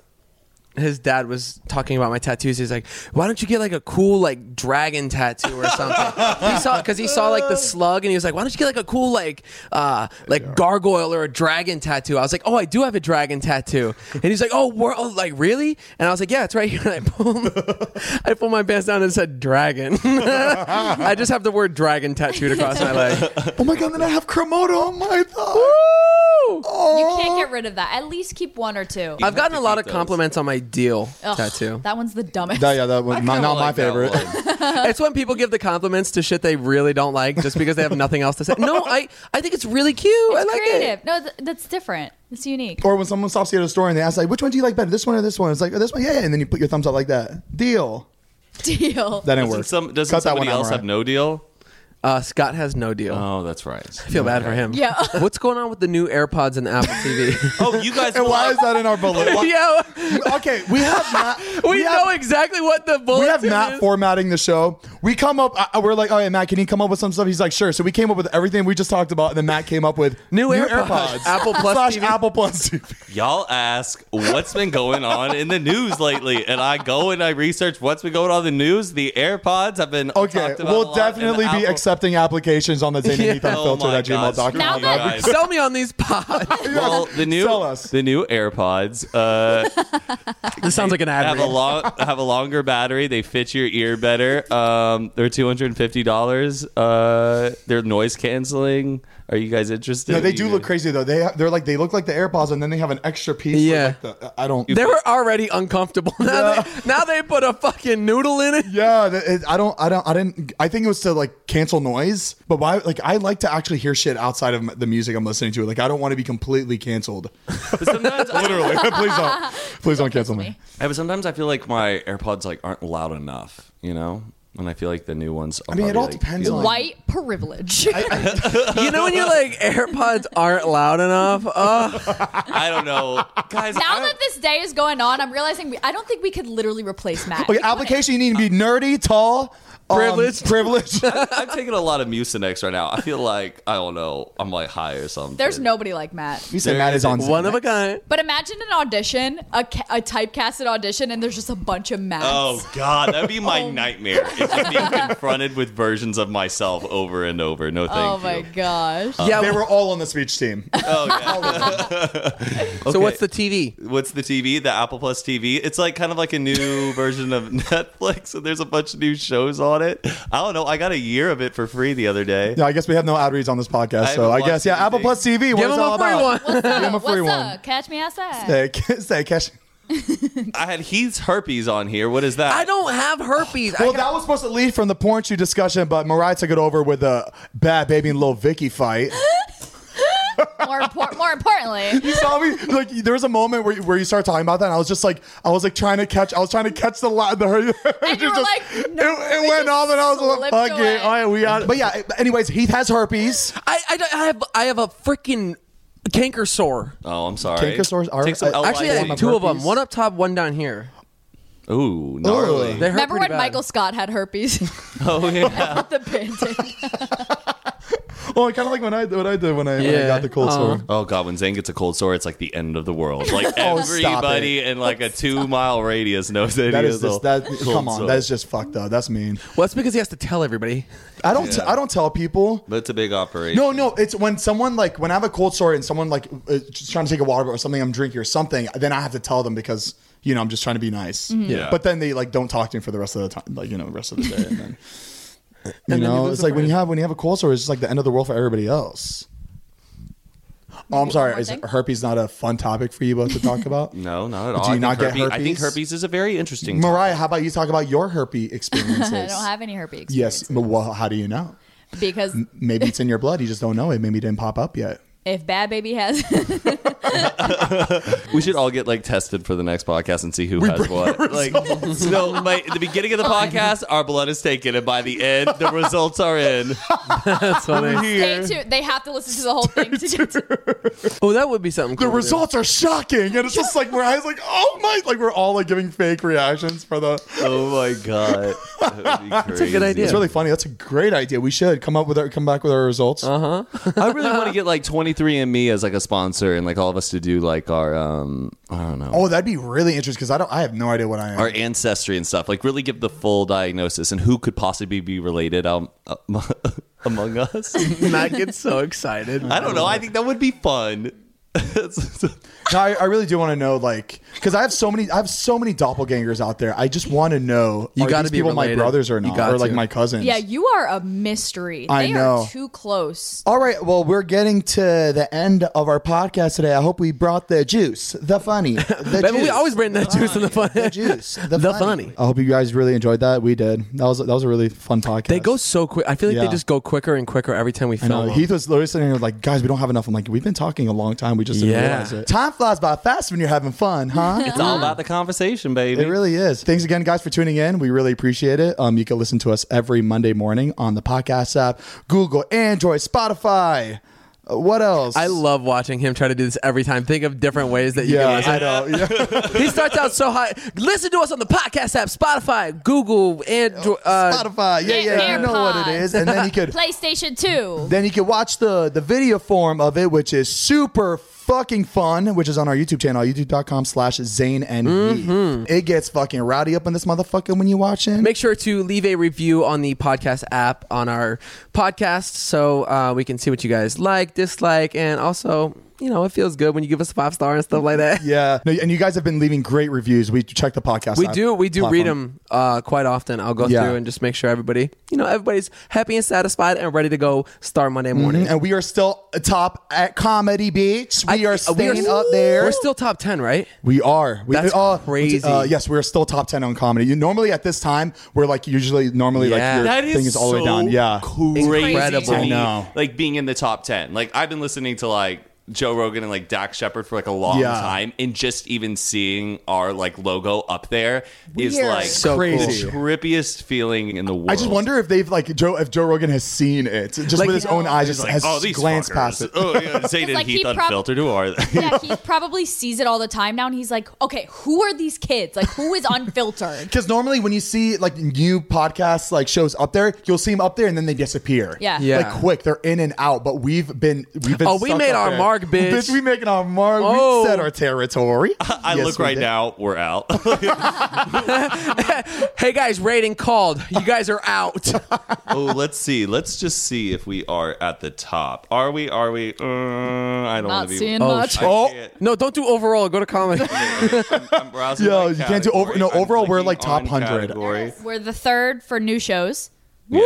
Speaker 3: his dad was talking about my tattoos. He's like, "Why don't you get like a cool like dragon tattoo or something?" he saw because he saw like the slug, and he was like, "Why don't you get like a cool like uh like gargoyle or a dragon tattoo?" I was like, "Oh, I do have a dragon tattoo," and he's like, "Oh, wor- oh like really?" And I was like, "Yeah, it's right here." And I pulled I pulled my pants down and it said dragon. I just have the word dragon tattooed across my leg.
Speaker 1: oh my god! Then I have Kremoto on my thigh. Oh.
Speaker 2: You can't get rid of that. At least keep one or two.
Speaker 3: I've gotten a lot of
Speaker 4: those.
Speaker 3: compliments on my deal
Speaker 2: Ugh,
Speaker 3: tattoo.
Speaker 2: That one's the dumbest.
Speaker 1: That, yeah, that was my, not my favorite.
Speaker 3: It's when people give the compliments to shit they really don't like just because they have nothing else to say. No, I, I think it's really cute. I like
Speaker 2: creative.
Speaker 3: it.
Speaker 2: No, th- that's different. It's unique.
Speaker 1: Or when someone stops you at a store and they ask like, "Which one do you like better? This one or this one?" It's like, "Oh, "This one, yeah." yeah," And then you put your thumbs up like that. Deal.
Speaker 2: Deal.
Speaker 1: That didn't
Speaker 4: Doesn't,
Speaker 1: work.
Speaker 4: some, doesn't
Speaker 1: Cut that
Speaker 4: somebody
Speaker 1: one out,
Speaker 4: else
Speaker 1: Mariah.
Speaker 4: have no deal?
Speaker 3: Uh, Scott has no deal.
Speaker 4: Oh, that's right.
Speaker 3: I feel bad for him.
Speaker 2: Yeah.
Speaker 3: What's going on with the new AirPods and the Apple TV?
Speaker 4: Oh, you guys.
Speaker 1: And why is that in our bullet? Why-
Speaker 3: yeah,
Speaker 1: okay, we have not.
Speaker 3: we,
Speaker 1: have-
Speaker 3: know exactly what the bullet.
Speaker 1: we have Matt formatting the show. We come up, I, I- we're like, all right, Matt, can you come up with some stuff? He's like, sure. So we came up with everything we just talked about, and then Matt came up with
Speaker 3: New AirPods. Apple Plus
Speaker 1: slash
Speaker 3: TV.
Speaker 1: Apple Plus TV.
Speaker 4: Y'all ask what's been going on in the news lately, and I go and I research what's been going on in the news. The AirPods have been
Speaker 1: Okay,
Speaker 4: talked about a
Speaker 1: we'll
Speaker 4: lot, and
Speaker 1: definitely be
Speaker 4: Apple-
Speaker 1: accepting applications on the Zane
Speaker 3: Yeah.
Speaker 1: and Ethan
Speaker 4: Oh
Speaker 1: filter
Speaker 4: my
Speaker 1: at
Speaker 4: God,
Speaker 1: gmail.com.
Speaker 4: screw
Speaker 2: Now
Speaker 4: you
Speaker 2: that-
Speaker 4: guys.
Speaker 3: Sell me on these pods.
Speaker 4: Well, the new
Speaker 1: Sell us.
Speaker 4: the new AirPods uh,
Speaker 3: this sounds like an ad.
Speaker 4: have a
Speaker 3: read.
Speaker 4: long have a longer battery. They fit your ear better. Um, they're two hundred and fifty dollars. Uh, they're noise canceling. Are you guys interested?
Speaker 1: No, they
Speaker 4: You
Speaker 1: do
Speaker 4: guys-
Speaker 1: look crazy though. They they're like they look like the AirPods, and then they have an extra piece.
Speaker 3: Yeah.
Speaker 1: Yeah, like the, uh, I don't.
Speaker 3: They were already uncomfortable. Now, they, now they put a fucking noodle in it.
Speaker 1: Yeah, the- it, I don't, I don't, I didn't. I think it was to like cancel noise, but why? Like, I like to actually hear shit outside of m- the music I'm listening to. Like, I don't want to be completely canceled.
Speaker 4: But sometimes I-
Speaker 1: Literally, please don't, please don't cancel me.
Speaker 4: Yeah, but sometimes I feel like my AirPods like aren't loud enough, you know, and I feel like the new ones. Are I
Speaker 1: mean, it all depends on-
Speaker 2: White privilege.
Speaker 3: You know when you're like AirPods aren't loud enough. Ugh.
Speaker 4: I don't know, guys.
Speaker 2: now
Speaker 4: I-
Speaker 2: that this day is going on, I'm realizing we, I don't think we could literally replace Matt.
Speaker 1: Okay, application. You need to be nerdy, tall, um,
Speaker 3: Privileged.
Speaker 1: privileged.
Speaker 4: I'm taking a lot of Mucinex right now. I feel like I don't know. I'm like high or something.
Speaker 2: There's nobody like Matt.
Speaker 1: You said Matt is on
Speaker 3: One of a kind.
Speaker 2: But imagine an audition, a, ca- a typecasted audition, and there's just a bunch of Matts.
Speaker 4: Oh God, that'd be my nightmare. It's just being confronted with versions of myself over and over. No, thank
Speaker 2: Oh
Speaker 4: you.
Speaker 2: my gosh.
Speaker 3: Yeah.
Speaker 1: They were all on the speech team.
Speaker 4: Oh yeah.
Speaker 3: So what's the TV?
Speaker 4: What's the TV? The Apple Plus TV. It's like kind of like a new version of Netflix, and there's a bunch of new shows on it. I don't know. I got a year of it for free the other day.
Speaker 1: No, I guess we have no ad reads on this podcast,
Speaker 4: I
Speaker 1: so
Speaker 4: haven't
Speaker 1: I guess
Speaker 4: watched
Speaker 1: yeah. Apple
Speaker 4: anything.
Speaker 1: Plus TV. What
Speaker 3: Give
Speaker 1: is
Speaker 3: them
Speaker 1: all
Speaker 3: a free
Speaker 1: about?
Speaker 3: one.
Speaker 2: What's up?
Speaker 1: him a free
Speaker 2: What's
Speaker 1: one.
Speaker 2: up? Catch me
Speaker 1: Hey,
Speaker 2: outside.
Speaker 1: say, cash.
Speaker 4: I had Heath's herpes on here. What is that?
Speaker 3: I don't have herpes.
Speaker 1: Well,
Speaker 3: I got-
Speaker 1: that was supposed to lead from the porn shoot discussion, but Mariah took it over with a bad baby and little Vicky fight.
Speaker 2: More, impor- more importantly,
Speaker 1: You saw me like there was a moment where, where you started talking about that, and I was just like, I was like trying to catch, I was trying to catch the line. The, and
Speaker 2: you were like,
Speaker 1: it,
Speaker 2: no,
Speaker 1: it
Speaker 2: it
Speaker 1: went
Speaker 2: just
Speaker 1: off, and I was like,
Speaker 2: slipped
Speaker 1: fuck
Speaker 2: away.
Speaker 1: it, all right, we got. But yeah, anyways, Heath has herpes.
Speaker 3: I, I, don't- I have I have a freaking canker sore.
Speaker 4: Oh, I'm sorry.
Speaker 1: Cankersaurs are-
Speaker 4: Take some
Speaker 1: uh,
Speaker 3: Actually,
Speaker 1: I
Speaker 3: I
Speaker 1: have
Speaker 4: Actually,
Speaker 3: had two of them.
Speaker 1: herpes.
Speaker 3: One up top, one down here.
Speaker 4: Ooh, gnarly.
Speaker 1: Ugh.
Speaker 3: They hurt
Speaker 2: remember
Speaker 3: pretty
Speaker 2: when
Speaker 3: bad.
Speaker 2: Michael Scott had herpes?
Speaker 4: Oh yeah.
Speaker 2: the bandage.
Speaker 1: Well, kind of like when I what I did when I, when I
Speaker 3: Yeah.
Speaker 1: got the cold
Speaker 3: Uh-huh.
Speaker 1: sore.
Speaker 4: Oh god, when Zane gets a cold sore, it's like the end of the world. Like
Speaker 1: Oh, stop
Speaker 4: everybody in like a two mile radius knows that,
Speaker 1: That
Speaker 4: he
Speaker 1: is
Speaker 4: a
Speaker 1: just that.
Speaker 4: cold
Speaker 1: Come on,
Speaker 4: sore.
Speaker 1: that is just fucked up. That's mean.
Speaker 3: Well, that's because he has to tell everybody.
Speaker 1: I don't. I I don't tell people.
Speaker 4: But it's a big operation.
Speaker 1: No, no. It's when someone like when I have a cold sore and someone like is just trying to take a water or something I'm drinking or something, then I have to tell them because you know I'm just trying to be nice.
Speaker 2: Mm-hmm.
Speaker 4: Yeah.
Speaker 1: But then they like don't talk to me for the rest of the time, like you know, the rest of the day. And then you
Speaker 3: then you
Speaker 1: know,
Speaker 3: lose
Speaker 1: it's
Speaker 3: the
Speaker 1: like when you
Speaker 3: friend.
Speaker 1: have when you have a cold sore, it's just like the end of the world for everybody else. Oh, I'm sorry.
Speaker 2: more
Speaker 1: Is
Speaker 2: thing?
Speaker 1: herpes not a fun topic for you both to talk about?
Speaker 4: No, not at all.
Speaker 1: Do you
Speaker 4: I
Speaker 1: not
Speaker 4: think
Speaker 1: get
Speaker 4: herpes, I think
Speaker 1: herpes?
Speaker 4: herpes is a very interesting.
Speaker 1: Mariah, how about you talk about your herpes experiences?
Speaker 2: I don't have any herpes.
Speaker 1: Yes. Well, how do you know?
Speaker 2: Because
Speaker 1: Maybe it's in your blood. You just don't know it. Maybe it didn't pop up yet.
Speaker 2: if Bad Baby has,
Speaker 4: We should all get like tested for the next podcast and see who has what. Like, no, by the beginning of the podcast, our blood is taken, and by the end, the results are in.
Speaker 3: That's funny.
Speaker 2: stay tuned. They have to listen to the whole thing to get to
Speaker 3: oh, that would be something.
Speaker 1: the
Speaker 3: cool to do.
Speaker 1: results are shocking, and it's just like Mariah's like, oh my, like we're all like giving fake reactions for the.
Speaker 4: Oh my god, that's
Speaker 3: a good idea.
Speaker 1: It's really funny. That's a great idea. We should come up with our come back with our results.
Speaker 3: Uh-huh.
Speaker 4: I really want to get like 23andMe as like a sponsor, and like all of us to do like our um, I don't know,
Speaker 1: Oh, that'd be really interesting because I don't, I have no idea what I am.
Speaker 4: our ancestry and stuff. Like really give the full diagnosis and who could possibly be related um, um, among us.
Speaker 3: Matt gets so excited.
Speaker 4: I don't know. I think that would be fun.
Speaker 1: No, I, I really do want to know, like, because I have so many, I have so many doppelgangers out there. I just want to know,
Speaker 3: You
Speaker 1: are
Speaker 3: gotta
Speaker 1: these
Speaker 3: be
Speaker 1: people my
Speaker 3: related.
Speaker 1: brothers or
Speaker 3: You
Speaker 1: not,
Speaker 3: got
Speaker 1: or like
Speaker 3: to.
Speaker 1: my cousins?
Speaker 2: Yeah, you are a mystery.
Speaker 1: I
Speaker 2: they
Speaker 1: know.
Speaker 2: are too close.
Speaker 1: All right, well, we're getting to the end of our podcast today. I hope we brought the juice, the funny, the
Speaker 3: But we
Speaker 1: juice.
Speaker 3: always bring that juice in the fun.
Speaker 1: the juice, the,
Speaker 3: The
Speaker 1: funny.
Speaker 3: funny.
Speaker 1: I hope you guys really enjoyed that. We did. That was that was a really fun podcast.
Speaker 3: They go so quick. I feel like
Speaker 1: Yeah.
Speaker 3: they just go quicker and quicker every time we
Speaker 1: I know.
Speaker 3: film.
Speaker 1: Heath was literally sitting here like, guys, we don't have enough. I'm like, we've been talking a long time. We just didn't
Speaker 3: Yeah.
Speaker 1: realize it. Time flies by fast when you're having fun, huh?
Speaker 4: It's all about the conversation, baby.
Speaker 1: Uh-huh. It really is. Thanks again, guys, for tuning in. We really appreciate it. Um, you can listen to us every Monday morning on the podcast app, Google, Android, Spotify. Uh, What else?
Speaker 3: I love watching him try to do this every time. Think of different ways that you
Speaker 1: Yeah,
Speaker 3: can
Speaker 1: I know. Yeah.
Speaker 3: listen. He starts out so high. Listen to us on the podcast app, Spotify, Google, and uh,
Speaker 1: Spotify. Yeah, yeah. You know what it is. And then you could
Speaker 2: PlayStation 2.
Speaker 1: Then you can watch the the video form of it, which is super fucking fun, which is on our YouTube channel, youtube.com slash Zane and Heath. It gets fucking rowdy up in this motherfucker when you watch it.
Speaker 3: Mm-hmm. Make sure to leave a review on the podcast app on our podcast so uh, we can see what you guys like, dislike, and also, you know, it feels good when you give us a five star and stuff like that.
Speaker 1: yeah. No, and you guys have been leaving great reviews. We check the podcast.
Speaker 3: We
Speaker 1: app
Speaker 3: do we do read
Speaker 1: platform.
Speaker 3: them uh, quite often. I'll go
Speaker 1: Yeah.
Speaker 3: through and just make sure everybody, you know, everybody's happy and satisfied and ready to go start Monday morning.
Speaker 1: And we are still top at Comedy Beach. We
Speaker 3: I-
Speaker 1: are
Speaker 3: uh,
Speaker 1: staying up there.
Speaker 3: We're still top ten, right?
Speaker 1: We are. We,
Speaker 3: That's
Speaker 1: uh,
Speaker 3: crazy.
Speaker 1: Uh, yes, we're still top ten on comedy. You normally at this time we're like usually normally
Speaker 3: Yeah.
Speaker 1: like
Speaker 4: That
Speaker 1: your thing is all the way down.
Speaker 4: so
Speaker 1: Yeah.
Speaker 4: crazy
Speaker 3: Incredible.
Speaker 4: to
Speaker 1: I
Speaker 4: me,
Speaker 1: know.
Speaker 4: Like being in the top ten. Like I've been listening to like Joe Rogan and like Dak Shepard for like a long
Speaker 1: Yeah.
Speaker 4: time, and just even seeing our like logo up there is
Speaker 2: Weird.
Speaker 4: like
Speaker 3: So
Speaker 4: the
Speaker 1: Crazy.
Speaker 4: trippiest feeling in the world.
Speaker 1: I just wonder if they've like Joe if Joe Rogan has seen it just
Speaker 3: Like,
Speaker 1: with his own eyes, just
Speaker 4: It's like,
Speaker 1: has
Speaker 4: oh, these
Speaker 1: glanced
Speaker 4: fuckers.
Speaker 1: past it.
Speaker 4: Oh yeah, Zayn and
Speaker 2: like he
Speaker 4: Heath
Speaker 2: prob-
Speaker 4: unfiltered. Who are they?
Speaker 2: Yeah, he probably sees it all the time now, and he's like, okay, who are these kids? Like, who is unfiltered?
Speaker 1: Because normally when you see like new podcasts like shows up there, you'll see them up there and then they disappear.
Speaker 2: Yeah.
Speaker 3: Yeah.
Speaker 1: like quick, they're in and out. But we've been we've been.
Speaker 3: Oh, we
Speaker 1: stuck
Speaker 3: made
Speaker 1: up
Speaker 3: our
Speaker 1: there.
Speaker 3: mark, bitch.
Speaker 1: We making our mark.
Speaker 3: Oh.
Speaker 1: We set our territory.
Speaker 4: I
Speaker 1: Yes,
Speaker 4: look
Speaker 1: we
Speaker 4: right
Speaker 1: did.
Speaker 4: now. We're out.
Speaker 3: Hey guys, rating called. You guys are out.
Speaker 4: oh, let's see. Let's just see if we are at the top. Are we? Are we? Uh, I don't want
Speaker 2: Not
Speaker 4: to be.
Speaker 2: seeing
Speaker 3: Oh,
Speaker 2: much.
Speaker 4: I
Speaker 1: Oh.
Speaker 4: can't.
Speaker 3: no, don't do overall. Go to comment.
Speaker 4: I'm, I'm browsing.
Speaker 1: Yo,
Speaker 4: by
Speaker 1: you can't do over-
Speaker 4: category.
Speaker 1: no,
Speaker 4: I'm
Speaker 1: overall, we're,
Speaker 4: clicking
Speaker 1: like, top
Speaker 4: on
Speaker 1: 100.
Speaker 4: category.
Speaker 2: We're the third for new shows.
Speaker 3: Woo!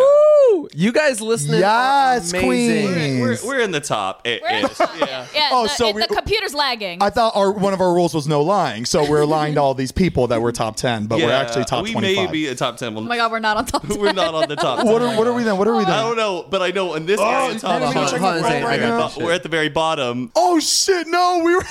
Speaker 3: You guys listening? are
Speaker 1: Yes,
Speaker 3: amazing.
Speaker 1: queen.
Speaker 4: We're, we're in the top. It
Speaker 2: We're at
Speaker 4: is.
Speaker 2: the top.
Speaker 4: Yeah.
Speaker 2: Yeah,
Speaker 1: Oh,
Speaker 2: the,
Speaker 1: so
Speaker 2: it-
Speaker 1: we-
Speaker 2: the computer's lagging.
Speaker 1: I thought our one of our rules was no lying, so we're lying to all these people that we're top ten, but we're
Speaker 4: Yeah,
Speaker 1: actually top
Speaker 4: we
Speaker 1: twenty-five.
Speaker 4: may be a top 10. Well,
Speaker 2: oh my god, we're not on top.
Speaker 4: we're not on the top 10.
Speaker 1: What are, what are we then? What are we then? Oh,
Speaker 4: I don't know, but I know in this area,
Speaker 1: you
Speaker 4: top
Speaker 1: gotta
Speaker 4: ten,
Speaker 1: check it
Speaker 4: we're
Speaker 1: out
Speaker 4: at the
Speaker 1: right
Speaker 4: very
Speaker 1: now.
Speaker 4: bo- we're at the very bottom.
Speaker 1: Oh shit! No, we were.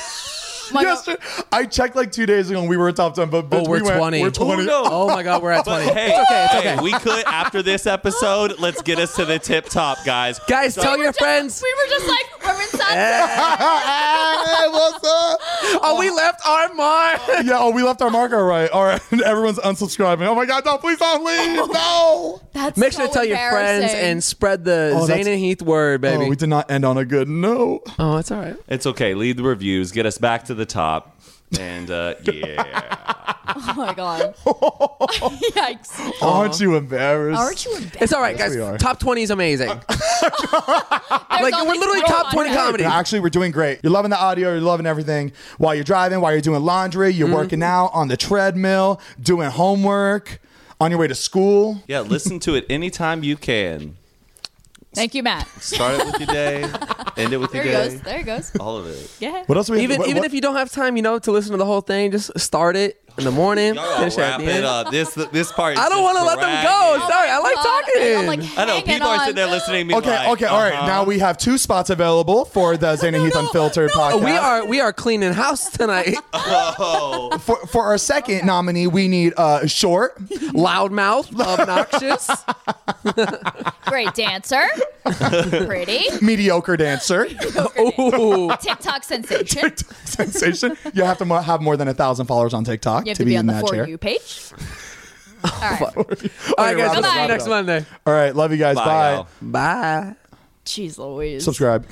Speaker 2: My God.
Speaker 1: yesterday, I checked like two days ago, and we were top ten. But bitch,
Speaker 3: Oh, we're
Speaker 1: we went-
Speaker 3: 20.
Speaker 1: We're twenty.
Speaker 4: Oh, no.
Speaker 3: Oh my God, we're at
Speaker 4: But
Speaker 3: twenty.
Speaker 4: hey,
Speaker 3: it's okay. It's
Speaker 4: hey,
Speaker 3: okay.
Speaker 4: we could after this episode, let's get us to the tip top, guys.
Speaker 3: guys, tell your friends. Eh.
Speaker 2: We were just like we're inside.
Speaker 1: Hey, what's up?
Speaker 3: Oh, we left our mark.
Speaker 1: Yeah. Oh, we left our mark. All right. All right. Everyone's unsubscribing. Oh my god! No, please don't leave. No.
Speaker 2: That's
Speaker 3: Make sure
Speaker 2: so
Speaker 3: to tell your friends
Speaker 2: embarrassing.
Speaker 3: and spread the
Speaker 1: Oh,
Speaker 3: Zayn
Speaker 1: that's-
Speaker 3: and Heath word, baby.
Speaker 1: Oh, we did not end on a good note.
Speaker 3: oh it's all right.
Speaker 4: It's okay. Lead the reviews. Get us back to the top. And uh, yeah.
Speaker 2: Oh my god. Yikes.
Speaker 1: Aren't you embarrassed?
Speaker 2: Aren't you embarrassed?
Speaker 3: It's all right, guys.
Speaker 1: we are.
Speaker 3: Top twenty is amazing.
Speaker 2: There's
Speaker 3: like, we're
Speaker 2: only
Speaker 3: literally
Speaker 2: two
Speaker 3: top
Speaker 2: on
Speaker 3: 20
Speaker 2: here.
Speaker 3: comedy.
Speaker 1: No, actually, we're doing great. You're loving the audio. You're loving everything. While you're driving, while you're doing laundry,
Speaker 3: Mm-hmm.
Speaker 1: you're working out on the treadmill, doing homework, on your way to school.
Speaker 4: Yeah, listen to it anytime you can.
Speaker 2: Thank you, Matt.
Speaker 4: Start it with your day, end it with
Speaker 2: There
Speaker 4: your
Speaker 2: he goes.
Speaker 4: day.
Speaker 2: There he goes.
Speaker 4: All of it.
Speaker 2: Yeah.
Speaker 1: What else? Do we
Speaker 3: even
Speaker 1: what-
Speaker 3: even
Speaker 1: what-
Speaker 3: if you don't have time, you know, to listen to the whole thing, just start it in the morning,
Speaker 4: Y'all gotta
Speaker 3: finish it at
Speaker 4: wrap
Speaker 3: the
Speaker 4: it
Speaker 3: end.
Speaker 4: up. This this part. Is
Speaker 3: I don't
Speaker 4: want to
Speaker 3: let them go. Sorry, I like
Speaker 2: Oh God, I'm
Speaker 3: talking.
Speaker 2: like
Speaker 4: I know
Speaker 2: hanging
Speaker 4: people are sitting there
Speaker 2: on.
Speaker 4: listening. To me
Speaker 1: Okay,
Speaker 4: like,
Speaker 1: okay, all right.
Speaker 4: uh-huh.
Speaker 1: Now we have two spots available for the Zane and Heath Unfiltered podcast.
Speaker 3: Oh, we are we are cleaning house tonight.
Speaker 4: Whoa.
Speaker 1: for, for our second nominee, we need uh short.
Speaker 3: Loudmouth, obnoxious.
Speaker 2: Great dancer. Pretty.
Speaker 1: mediocre dancer
Speaker 3: Ooh.
Speaker 2: TikTok sensation.
Speaker 1: sensation. You have to mo- have more than a thousand followers on TikTok
Speaker 2: You have
Speaker 1: to be, in
Speaker 2: on the
Speaker 1: that
Speaker 2: for
Speaker 1: chair.
Speaker 2: you page. All right.
Speaker 3: All right, guys.
Speaker 1: wrap it
Speaker 3: We'll
Speaker 1: up,
Speaker 3: see
Speaker 1: wrap
Speaker 3: you
Speaker 1: it
Speaker 3: next
Speaker 1: up.
Speaker 3: Monday.
Speaker 1: All right, love you guys.
Speaker 4: Bye,
Speaker 1: Bye.
Speaker 4: y'all.
Speaker 3: Bye.
Speaker 2: Jeez Louise.
Speaker 1: Subscribe.